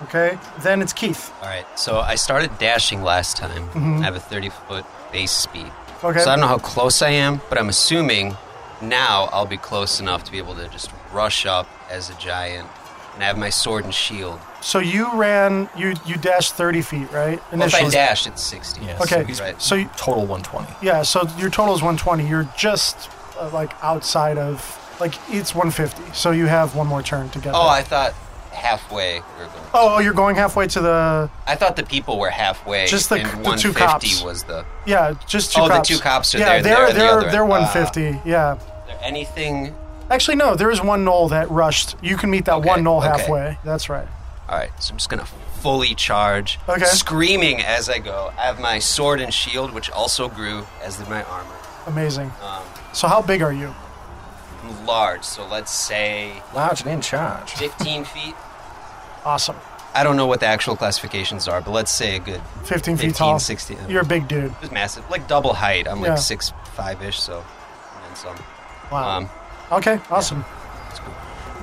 Speaker 2: Okay, then it's Keith.
Speaker 6: All right. So I started dashing last time. I have a 30 foot base speed.
Speaker 2: Mm-hmm. Okay,
Speaker 6: So I don't know how close I am, but I'm assuming now I'll be close enough to be able to just rush up as a giant and I have my sword and shield.
Speaker 2: so you ran you you dashed 30 feet, right?
Speaker 6: Well, if I
Speaker 2: Initially.
Speaker 6: dash, it's 60.
Speaker 3: Yeah,
Speaker 2: Okay.
Speaker 3: So he's
Speaker 6: Right.
Speaker 2: So you-
Speaker 3: total 120.
Speaker 2: yeah, so your total is 120. You're just uh, like outside of like it's 150. So you have one more turn to get.
Speaker 6: Oh,
Speaker 2: there.
Speaker 6: I thought halfway we were going.
Speaker 2: oh, oh, you're going halfway to the
Speaker 6: I thought the people were halfway.
Speaker 2: Just the-
Speaker 6: and
Speaker 2: the two
Speaker 6: 150
Speaker 2: cops.
Speaker 6: was the.
Speaker 2: yeah, just two
Speaker 6: Oh, the
Speaker 2: cops.
Speaker 6: two cops are
Speaker 2: yeah, they're
Speaker 6: there, they're in the
Speaker 2: they're,
Speaker 6: other-
Speaker 2: they're
Speaker 6: ah.
Speaker 2: 150. Yeah.
Speaker 6: there Anything.
Speaker 2: Actually, no. There is one knoll that rushed. You can meet that
Speaker 6: Okay,
Speaker 2: one knoll
Speaker 6: okay.
Speaker 2: halfway. That's right.
Speaker 6: All right, so I'm just gonna fully charge,
Speaker 2: Okay.
Speaker 6: screaming as I go. I have my sword and shield, which also grew as did my armor.
Speaker 2: Amazing.
Speaker 6: Um,
Speaker 2: so how big are you?
Speaker 6: I'm large, so let's say
Speaker 3: Large and in charge.
Speaker 6: 15 feet.
Speaker 2: Awesome.
Speaker 6: I don't know what the actual classifications are, but let's say a good
Speaker 2: 15 feet
Speaker 6: 15,
Speaker 2: tall.
Speaker 6: 16.
Speaker 2: You're a big dude.
Speaker 6: It's massive, like double height. I'm
Speaker 2: Yeah.
Speaker 6: like six five ish, so and then some.
Speaker 2: Wow.
Speaker 6: Um,
Speaker 2: okay. Awesome.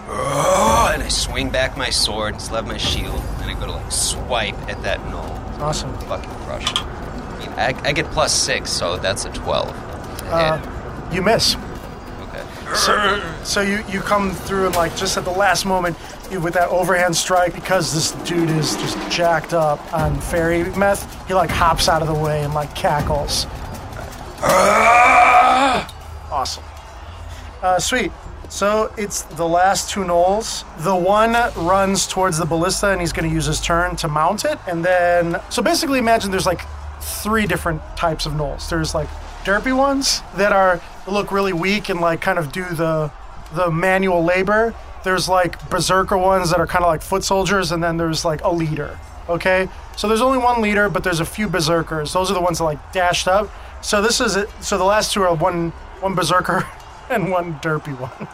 Speaker 6: oh, and I swing back my sword, and slap my shield, and I go to like swipe at that knoll.
Speaker 2: Awesome.
Speaker 6: Fucking crush. it. I, mean, I, I get plus six, so that's a 12. to hit.
Speaker 2: Uh, you miss.
Speaker 6: Okay.
Speaker 2: So you, you come through and like just at the last moment you, with that overhand strike because this dude is just jacked up on fairy meth. He like hops out of the way and like cackles.
Speaker 6: Ah!
Speaker 2: Awesome. Uh, sweet. So it's the last two knolls. The one runs towards the ballista and he's going to use his turn to mount it. And then, so basically, imagine there's like three different types of knolls. There's like derpy ones that are look really weak and like kind of do the the manual labor. There's like berserker ones that are kind of like foot soldiers, and then there's like a leader. Okay, so there's only one leader, but there's a few berserkers. Those are the ones that like dashed up. So this is it. So the last two are one one berserker and one derpy one.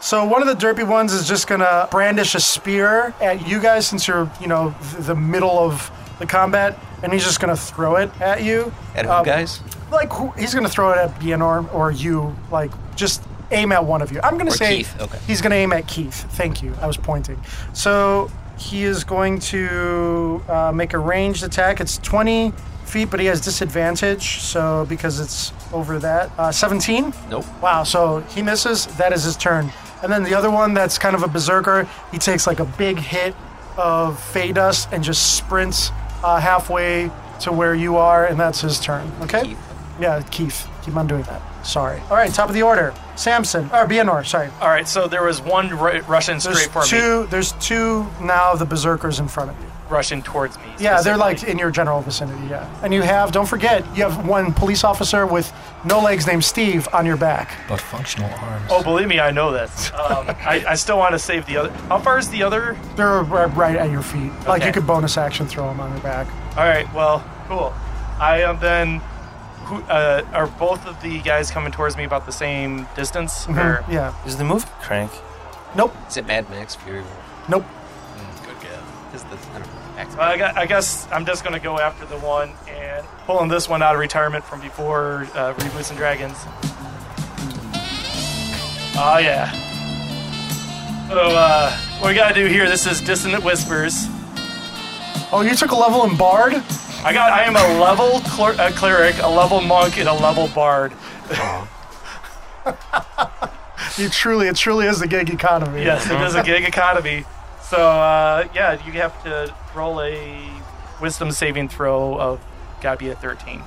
Speaker 2: So one of the derpy ones is just gonna brandish a spear at you guys since you're, you know, th- the middle of the combat, and he's just gonna throw it at you.
Speaker 6: At who,
Speaker 2: Um,
Speaker 6: guys?
Speaker 2: Like who- he's gonna throw it at Bienor or you. Like just aim at one of you. I'm gonna say
Speaker 6: Keith, okay.
Speaker 2: he's gonna aim at Keith. Thank you. I was pointing. So he is going to uh, make a ranged attack. It's 20 feet, but he has disadvantage. So because it's over that, uh, 17.
Speaker 6: Nope.
Speaker 2: Wow, so he misses. That is his turn. And then the other one that's kind of a berserker, he takes like a big hit of Fey Dust and just sprints uh, halfway to where you are, and that's his turn. Okay?
Speaker 6: Keith.
Speaker 2: Yeah, Keith. Keep on doing that. Sorry. All right, top of the order. Samson. Or Bienor, sorry.
Speaker 7: All right, so there was one r- rushing
Speaker 2: There's
Speaker 7: straight for me,
Speaker 2: two, there's two now of the berserkers in front of you.
Speaker 7: rushing towards me.
Speaker 2: Yeah, they're like
Speaker 7: specifically.
Speaker 2: in your general vicinity, yeah. And you have, don't forget, you have one police officer with no legs named Steve on your back.
Speaker 5: But functional arms.
Speaker 7: Oh, believe me, I know this. Um, I, I still want to save the other. How far is the other?
Speaker 2: They're r- right at your feet. Like you
Speaker 7: Okay.
Speaker 2: could bonus action throw them on your back.
Speaker 7: All right, well, cool. I am then. Who uh, are both of the guys coming towards me about the same distance?
Speaker 2: Mm-hmm.
Speaker 7: Or
Speaker 2: Yeah.
Speaker 5: Is the move crank?
Speaker 2: Nope.
Speaker 6: Is it Mad Max Fury Road?
Speaker 2: Nope.
Speaker 4: Good guess.
Speaker 6: Is the, I don't know.
Speaker 7: Well, I, gu- I guess I'm just gonna go after the one and pulling this one out of retirement from before uh, reboots and dragons. Oh yeah. So uh, what we gotta do here? This is dissonant whispers.
Speaker 2: Oh, you took a level in Bard?
Speaker 7: I got. I am a level cler- a cleric, a level monk, and a level bard.
Speaker 2: You truly, it truly is the gig economy.
Speaker 7: Yes, it is a gig economy. So uh, yeah, you have to roll a wisdom saving throw of gotta be a 13,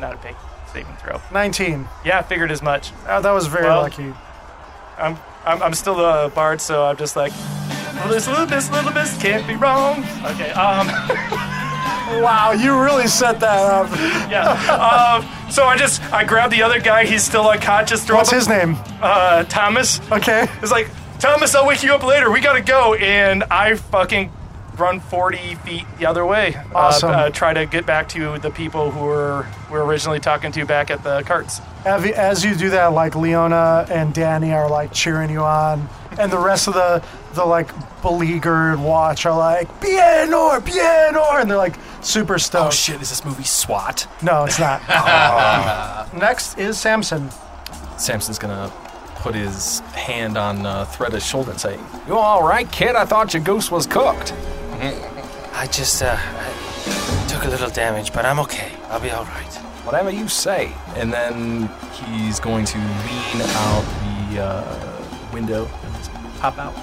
Speaker 7: not a big saving throw.
Speaker 2: 19.
Speaker 7: Yeah, I figured as much.
Speaker 2: Oh, that was very
Speaker 7: Well-
Speaker 2: lucky.
Speaker 7: I'm, I'm, I'm still the bard, so I'm just like, well, this little bit, little bit can't be wrong. Okay, um,
Speaker 2: Wow, you really set that up.
Speaker 7: yeah. um, so I just, I grab the other guy. He's still unconscious. Throw
Speaker 2: What's
Speaker 7: him-
Speaker 2: his name?
Speaker 7: Uh, Thomas.
Speaker 2: Okay.
Speaker 7: It's like, Thomas, I'll wake you up later. We gotta go. And I fucking run 40 feet the other way. Uh,
Speaker 2: Awesome.
Speaker 7: Uh, try to get back to the people who were, were originally talking to back at the carts.
Speaker 2: Av- As you do that, like Leona and Danny are like cheering you on, and the rest of the the like beleaguered watch are like Bienor, Bienor, and they're like super stoked.
Speaker 5: Oh shit, is this movie SWAT?
Speaker 2: No, it's not.
Speaker 5: Oh.
Speaker 2: Next is Samson.
Speaker 3: Samson's gonna put his hand on uh, Threda's shoulder and say, You all right, kid? I thought your goose was cooked.
Speaker 5: I just uh, I took a little damage, but I'm okay. I'll be all right.
Speaker 3: Whatever you say. And then he's going to lean out the uh, window, pop out.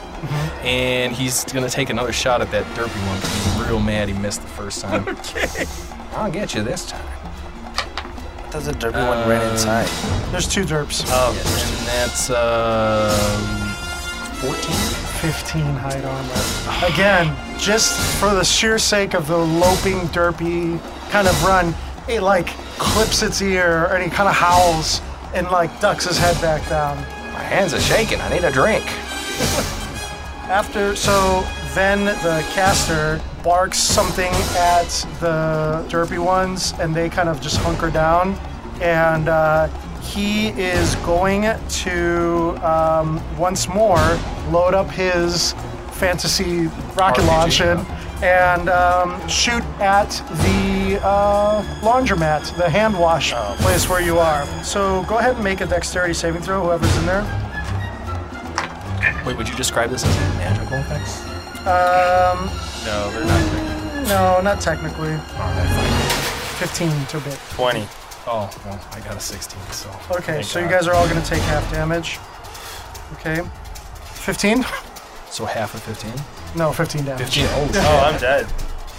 Speaker 3: And he's gonna take another shot at that derpy one 'cause he's real mad he missed the first time. okay. I'll get you this time. Uh,
Speaker 5: I thought the derby one ran inside.
Speaker 2: There's two derps.
Speaker 5: Oh,
Speaker 3: And that's uh, 14.
Speaker 2: 15 hide armor. Again, just for the sheer sake of the loping, derpy kind of run, it like clips its ear and he kind of howls and like ducks his head back down.
Speaker 3: My hands are shaking. I need a drink.
Speaker 2: After, so then the caster barks something at the derpy ones, and they kind of just hunker down. And uh, he is going to um, once more load up his fantasy rocket
Speaker 3: RPG,
Speaker 2: launcher and um, shoot at the uh, laundromat, the hand wash place where you are. So go ahead and make a dexterity saving throw, whoever's in there.
Speaker 3: Wait, would you describe this as magical effects?
Speaker 4: No, they're not.
Speaker 2: No, not technically. 15 to bit.
Speaker 5: 20.
Speaker 3: Oh, well, I got a 16, so.
Speaker 2: Okay,
Speaker 3: Thank
Speaker 2: so you
Speaker 3: God.
Speaker 2: guys are all going to take half damage. Okay. 15?
Speaker 3: So half of 15?
Speaker 2: No, 15 damage.
Speaker 3: 15. Oh,
Speaker 5: Oh, I'm dead.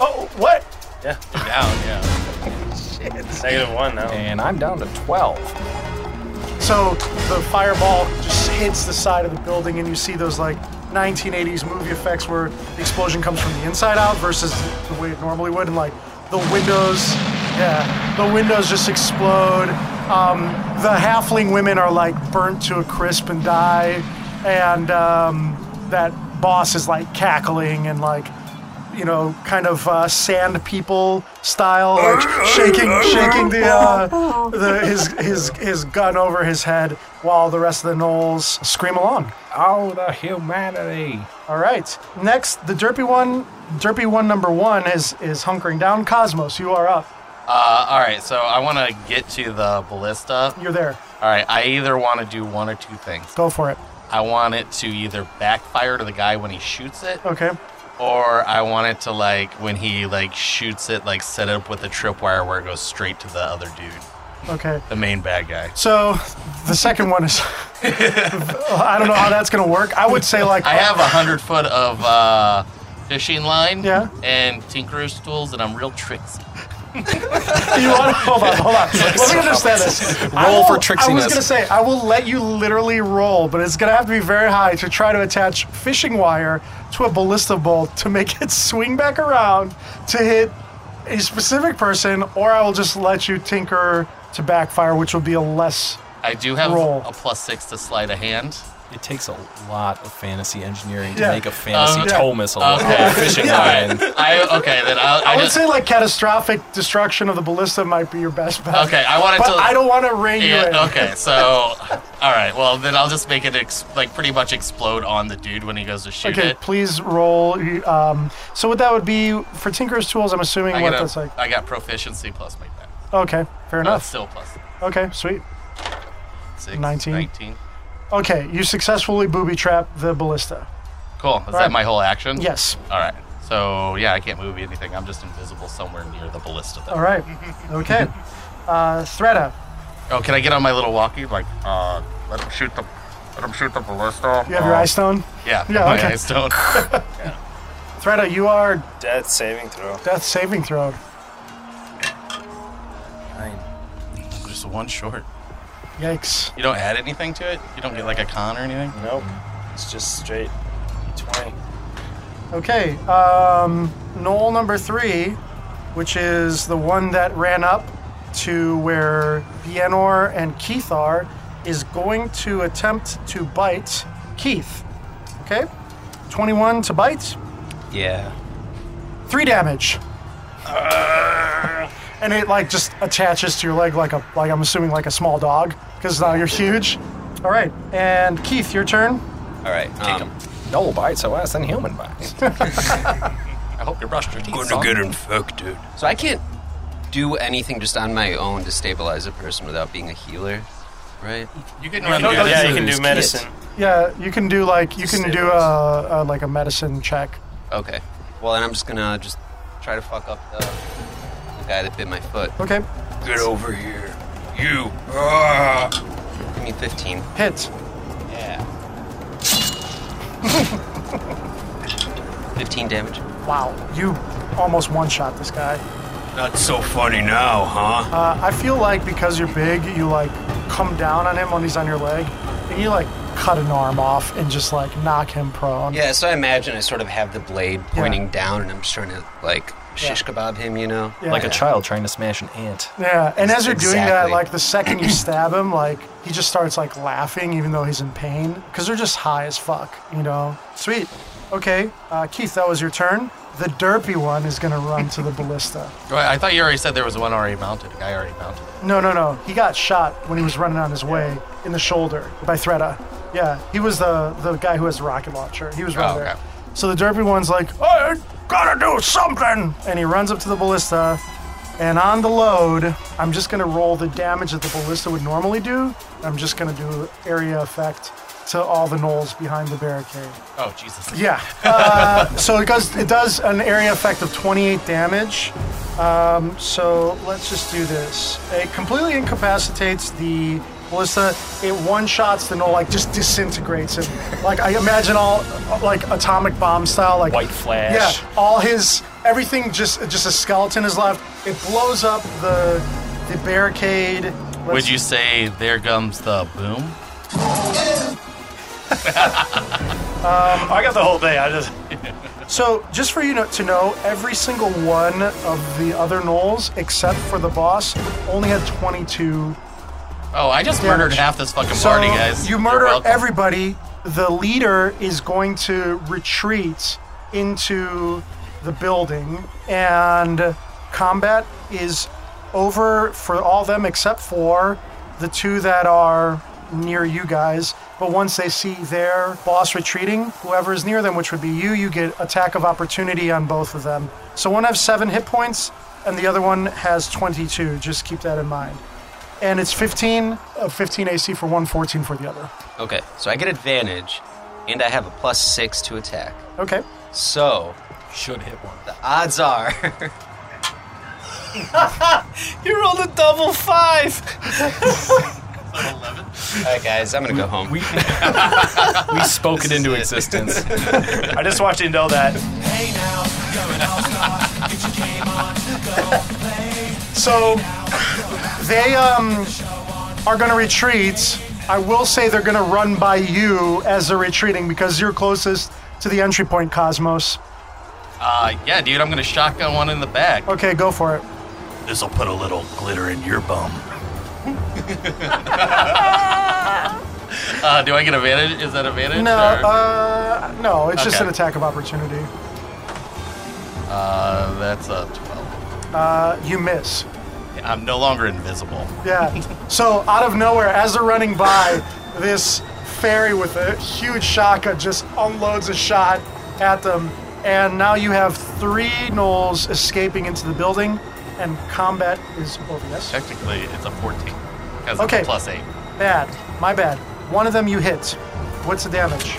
Speaker 7: Oh, what?
Speaker 4: Down, yeah.
Speaker 5: Negative one now.
Speaker 3: And I'm down to 12.
Speaker 2: So the fireball just hits the side of the building, and you see those like 1980s movie effects where the explosion comes from the inside out versus the way it normally would, and like the windows, yeah, the windows just explode, Um, the halfling women are like burnt to a crisp and die, and um, that boss is like cackling and like, you know, kind of uh, sand people style, like shaking, shaking the, uh, the his his his gun over his head while the rest of the gnolls scream along.
Speaker 3: Oh, the humanity.
Speaker 2: All right, next the derpy one, derpy one number one is is hunkering down. Cosmos, you are up.
Speaker 4: Uh, all right, so I want to get to the ballista.
Speaker 2: You're there.
Speaker 4: All right, I either want to do one or two things.
Speaker 2: Go for it.
Speaker 4: I want it to either backfire to the guy when he shoots it,
Speaker 2: Okay.
Speaker 4: or I want it to like when he like shoots it, like set up with a tripwire where it goes straight to the other dude,
Speaker 2: Okay.
Speaker 4: the main bad guy.
Speaker 2: So the second one is I don't know how that's gonna work. I would say like
Speaker 4: I have a hundred foot of uh, fishing line,
Speaker 2: Yeah.
Speaker 4: and tinkerer's tools, and I'm real tricksy.
Speaker 2: you want hold on, hold on. Let me understand this. I
Speaker 8: Roll for
Speaker 2: I was
Speaker 8: tricksiness.
Speaker 2: gonna say I will let you literally roll, but it's gonna have to be very high to try to attach fishing wire to a ballista bolt to make it swing back around to hit a specific person, or I will just let you tinker to backfire, which will be a less
Speaker 4: I do have
Speaker 2: Roll.
Speaker 4: a plus six to slide a hand.
Speaker 8: It takes a lot of fantasy engineering to
Speaker 2: Yeah.
Speaker 8: make a fantasy
Speaker 4: Um,
Speaker 2: yeah. Uh,
Speaker 8: toll missile okay. fishing line.
Speaker 4: I okay then I'll, I,
Speaker 2: I would
Speaker 4: just
Speaker 2: say like catastrophic destruction of the ballista might be your best bet.
Speaker 4: okay. I wanted
Speaker 2: But
Speaker 4: to.
Speaker 2: I don't want to rein you in.
Speaker 4: Yeah, okay, so all right. Well, then I'll just make it ex- like pretty much explode on the dude when he goes to shoot
Speaker 2: Okay,
Speaker 4: it.
Speaker 2: please roll. Um, so what that would be for Tinker's Tools, I'm assuming
Speaker 4: I,
Speaker 2: what
Speaker 4: got a-
Speaker 2: that's like.
Speaker 4: I got proficiency plus my dex.
Speaker 2: Okay, fair
Speaker 4: That's
Speaker 2: enough.
Speaker 4: still plus
Speaker 2: Okay, sweet.
Speaker 4: six.
Speaker 2: 19.
Speaker 4: 19.
Speaker 2: Okay, you successfully booby trap the ballista.
Speaker 4: Cool. Is
Speaker 2: right.
Speaker 4: that my whole action?
Speaker 2: Yes.
Speaker 4: All right. So yeah, I can't move anything. I'm just invisible somewhere near the ballista. Then.
Speaker 2: All right. Okay. Uh, Threda,
Speaker 4: Oh, can I get on my little walkie? Like, uh, let him shoot the, let him shoot the ballista.
Speaker 2: you have your
Speaker 4: Uh,
Speaker 2: eye stone.
Speaker 4: Yeah.
Speaker 2: Yeah,
Speaker 4: My
Speaker 2: okay.
Speaker 4: eyes don't.
Speaker 2: Threda, you are
Speaker 5: Death saving throw.
Speaker 2: death saving throw.
Speaker 4: just one short.
Speaker 2: Yikes.
Speaker 4: You don't add anything to it. You don't get like a con or anything.
Speaker 5: Nope. It's just straight 20.
Speaker 2: Okay. Um, knoll number three, which is the one that ran up to where Vienor and Keith are, is going to attempt to bite Keith. Okay. 21 to bite.
Speaker 6: Yeah.
Speaker 2: Three damage. And it like just attaches to your leg like a like I'm assuming like a small dog because now you're huge. All right, and Keith, your turn.
Speaker 6: All right. Take him.
Speaker 3: Dole bites are worse than human bites.
Speaker 4: I hope you brushed your teeth.
Speaker 6: Gonna
Speaker 4: son.
Speaker 6: get infected. So I can't do anything just on my own to stabilize a person without being a healer, right?
Speaker 4: You can run. the-
Speaker 5: Yeah, you can do medicine.
Speaker 2: Yeah, you can do like you can do a, a like a medicine check.
Speaker 6: Okay. Well, then I'm just gonna just try to fuck up the, the guy that bit my foot.
Speaker 2: Okay,
Speaker 6: Get over here, you. Give me 15.
Speaker 2: hit.
Speaker 6: Yeah. 15 damage.
Speaker 2: Wow, you almost one shot this guy.
Speaker 6: Not so funny now, huh?
Speaker 2: Uh, I feel like because you're big, you like come down on him when he's on your leg, and you like cut an arm off and just like knock him prone.
Speaker 6: Yeah, so I imagine I sort of have the blade pointing down, and I'm just trying to like shish kebab him, you know?
Speaker 2: Yeah.
Speaker 8: Like a child trying to smash an ant.
Speaker 2: Yeah, and as you're doing that,
Speaker 6: Exactly.
Speaker 2: like the second you stab him, like he just starts like laughing, even though he's in pain, because they're just high as fuck, you know. Sweet. Okay, uh, Keith, that was your turn. The derpy one is gonna run to the ballista.
Speaker 4: Wait, I thought you already said there was one already mounted. A guy already mounted.
Speaker 2: No, no, no. He got shot when he was running on his way in the shoulder by Threda. Yeah, he was the the guy who has the rocket launcher. He was right
Speaker 4: Oh,
Speaker 2: there.
Speaker 4: okay.
Speaker 2: So the derpy one's like, I gotta do something, and he runs up to the ballista. And on the load, I'm just gonna roll the damage that the ballista would normally do. I'm just gonna do area effect to all the knolls behind the barricade.
Speaker 4: Oh Jesus.
Speaker 2: Yeah. Uh, so it goes. It does an area effect of 28 damage. Um, so let's just do this. It completely incapacitates the ballista. It one shots the null, like just disintegrates him. Like I imagine all like atomic bomb style, like
Speaker 5: White flash.
Speaker 2: Yeah. All his everything just just a skeleton is left. It blows up the the barricade. Let's-
Speaker 4: Would you say there comes the boom?
Speaker 5: Oh,
Speaker 7: I got the whole thing. I just
Speaker 2: So, just for you know, to know, every single one of the other Knolls, except for the boss, only had 22
Speaker 4: Oh, I just murdered half this fucking
Speaker 2: So
Speaker 4: party, guys.
Speaker 2: you
Speaker 4: You're
Speaker 2: murder
Speaker 4: welcome.
Speaker 2: everybody. The leader is going to retreat into the building, and combat is over for all of them except for the two that are near you guys. But once they see their boss retreating, whoever is near them, which would be you, you get attack of opportunity on both of them. So one has seven hit points, and the other one has 22. Just keep that in mind and it's 15 uh, 15 AC for one, 14 for the other.
Speaker 6: Okay, so I get advantage, and I have a plus six to attack.
Speaker 2: Okay.
Speaker 6: So
Speaker 8: Should hit one.
Speaker 6: the odds are
Speaker 5: You rolled a double five.
Speaker 6: All right, guys, I'm gonna go home.
Speaker 8: We, we spoke it into existence.
Speaker 7: I just want you to know that.
Speaker 2: So they um, are going to retreat. I will say they're going to run by you as they're retreating because you're closest to the entry point, Cosmos.
Speaker 4: Uh, yeah, dude, I'm gonna shotgun one in the back.
Speaker 2: Okay, go for it.
Speaker 9: This'll put a little glitter in your bum.
Speaker 4: Uh, do I get advantage? Is that advantage?
Speaker 2: No,
Speaker 4: or-
Speaker 2: uh, no, it's just
Speaker 4: Okay.
Speaker 2: an attack of opportunity.
Speaker 4: uh, that's a 12.
Speaker 2: Uh, you miss.
Speaker 4: I'm no longer invisible.
Speaker 2: Yeah. So out of nowhere, as they're running by, this fairy with a huge shotgun just unloads a shot at them, and now you have three gnolls escaping into the building, and combat is over. Yes.
Speaker 4: Technically, it's a 14. Because
Speaker 2: Okay.
Speaker 4: it's a plus 8.
Speaker 2: Bad. My bad. One of them you hit. What's the damage?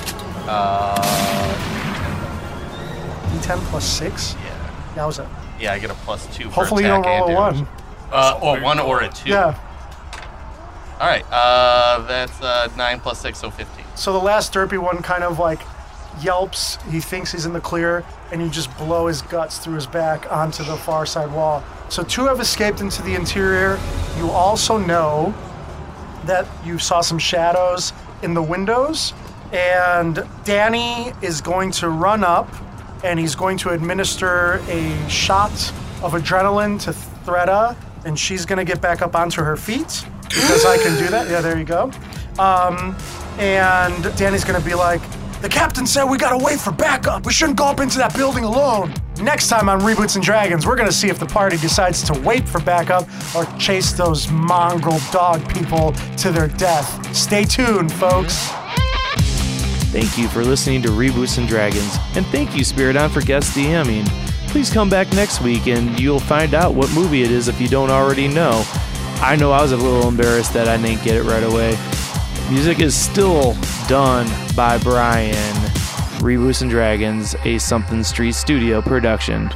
Speaker 4: Uh,
Speaker 2: D10 plus six.
Speaker 4: yeah.
Speaker 2: Yowza.
Speaker 4: Yeah, I get a plus 2 for
Speaker 2: Hopefully you don't
Speaker 4: attack
Speaker 2: roll a
Speaker 4: and
Speaker 2: one.
Speaker 4: damage. Uh, or 1 or a 2.
Speaker 2: Yeah.
Speaker 4: All right, uh, that's uh, 9 plus 6, so 15.
Speaker 2: So the last derpy one kind of like yelps. He thinks he's in the clear, and you just blow his guts through his back onto the far side wall. So two have escaped into the interior. You also know that you saw some shadows in the windows, and Danny is going to run up, and he's going to administer a shot of adrenaline to Thredda, and she's going to get back up onto her feet because I can do that. Yeah, there you go and Danny's gonna be like, "The captain said we gotta wait for backup. We shouldn't go up into that building alone." Next time on Reboots and Dragons, we're gonna see if the party decides to wait for backup or chase those mongrel dog people to their death. Stay tuned, folks.
Speaker 1: Thank you for listening to Reboots and Dragons, and thank you, Spirit On, for guest DMing. Please come back next week and you'll find out what movie it is if you don't already know. I know I was a little embarrassed that I didn't get it right away. Music is still done by Brian. Reboots and Dragons, a Something Street Studio production.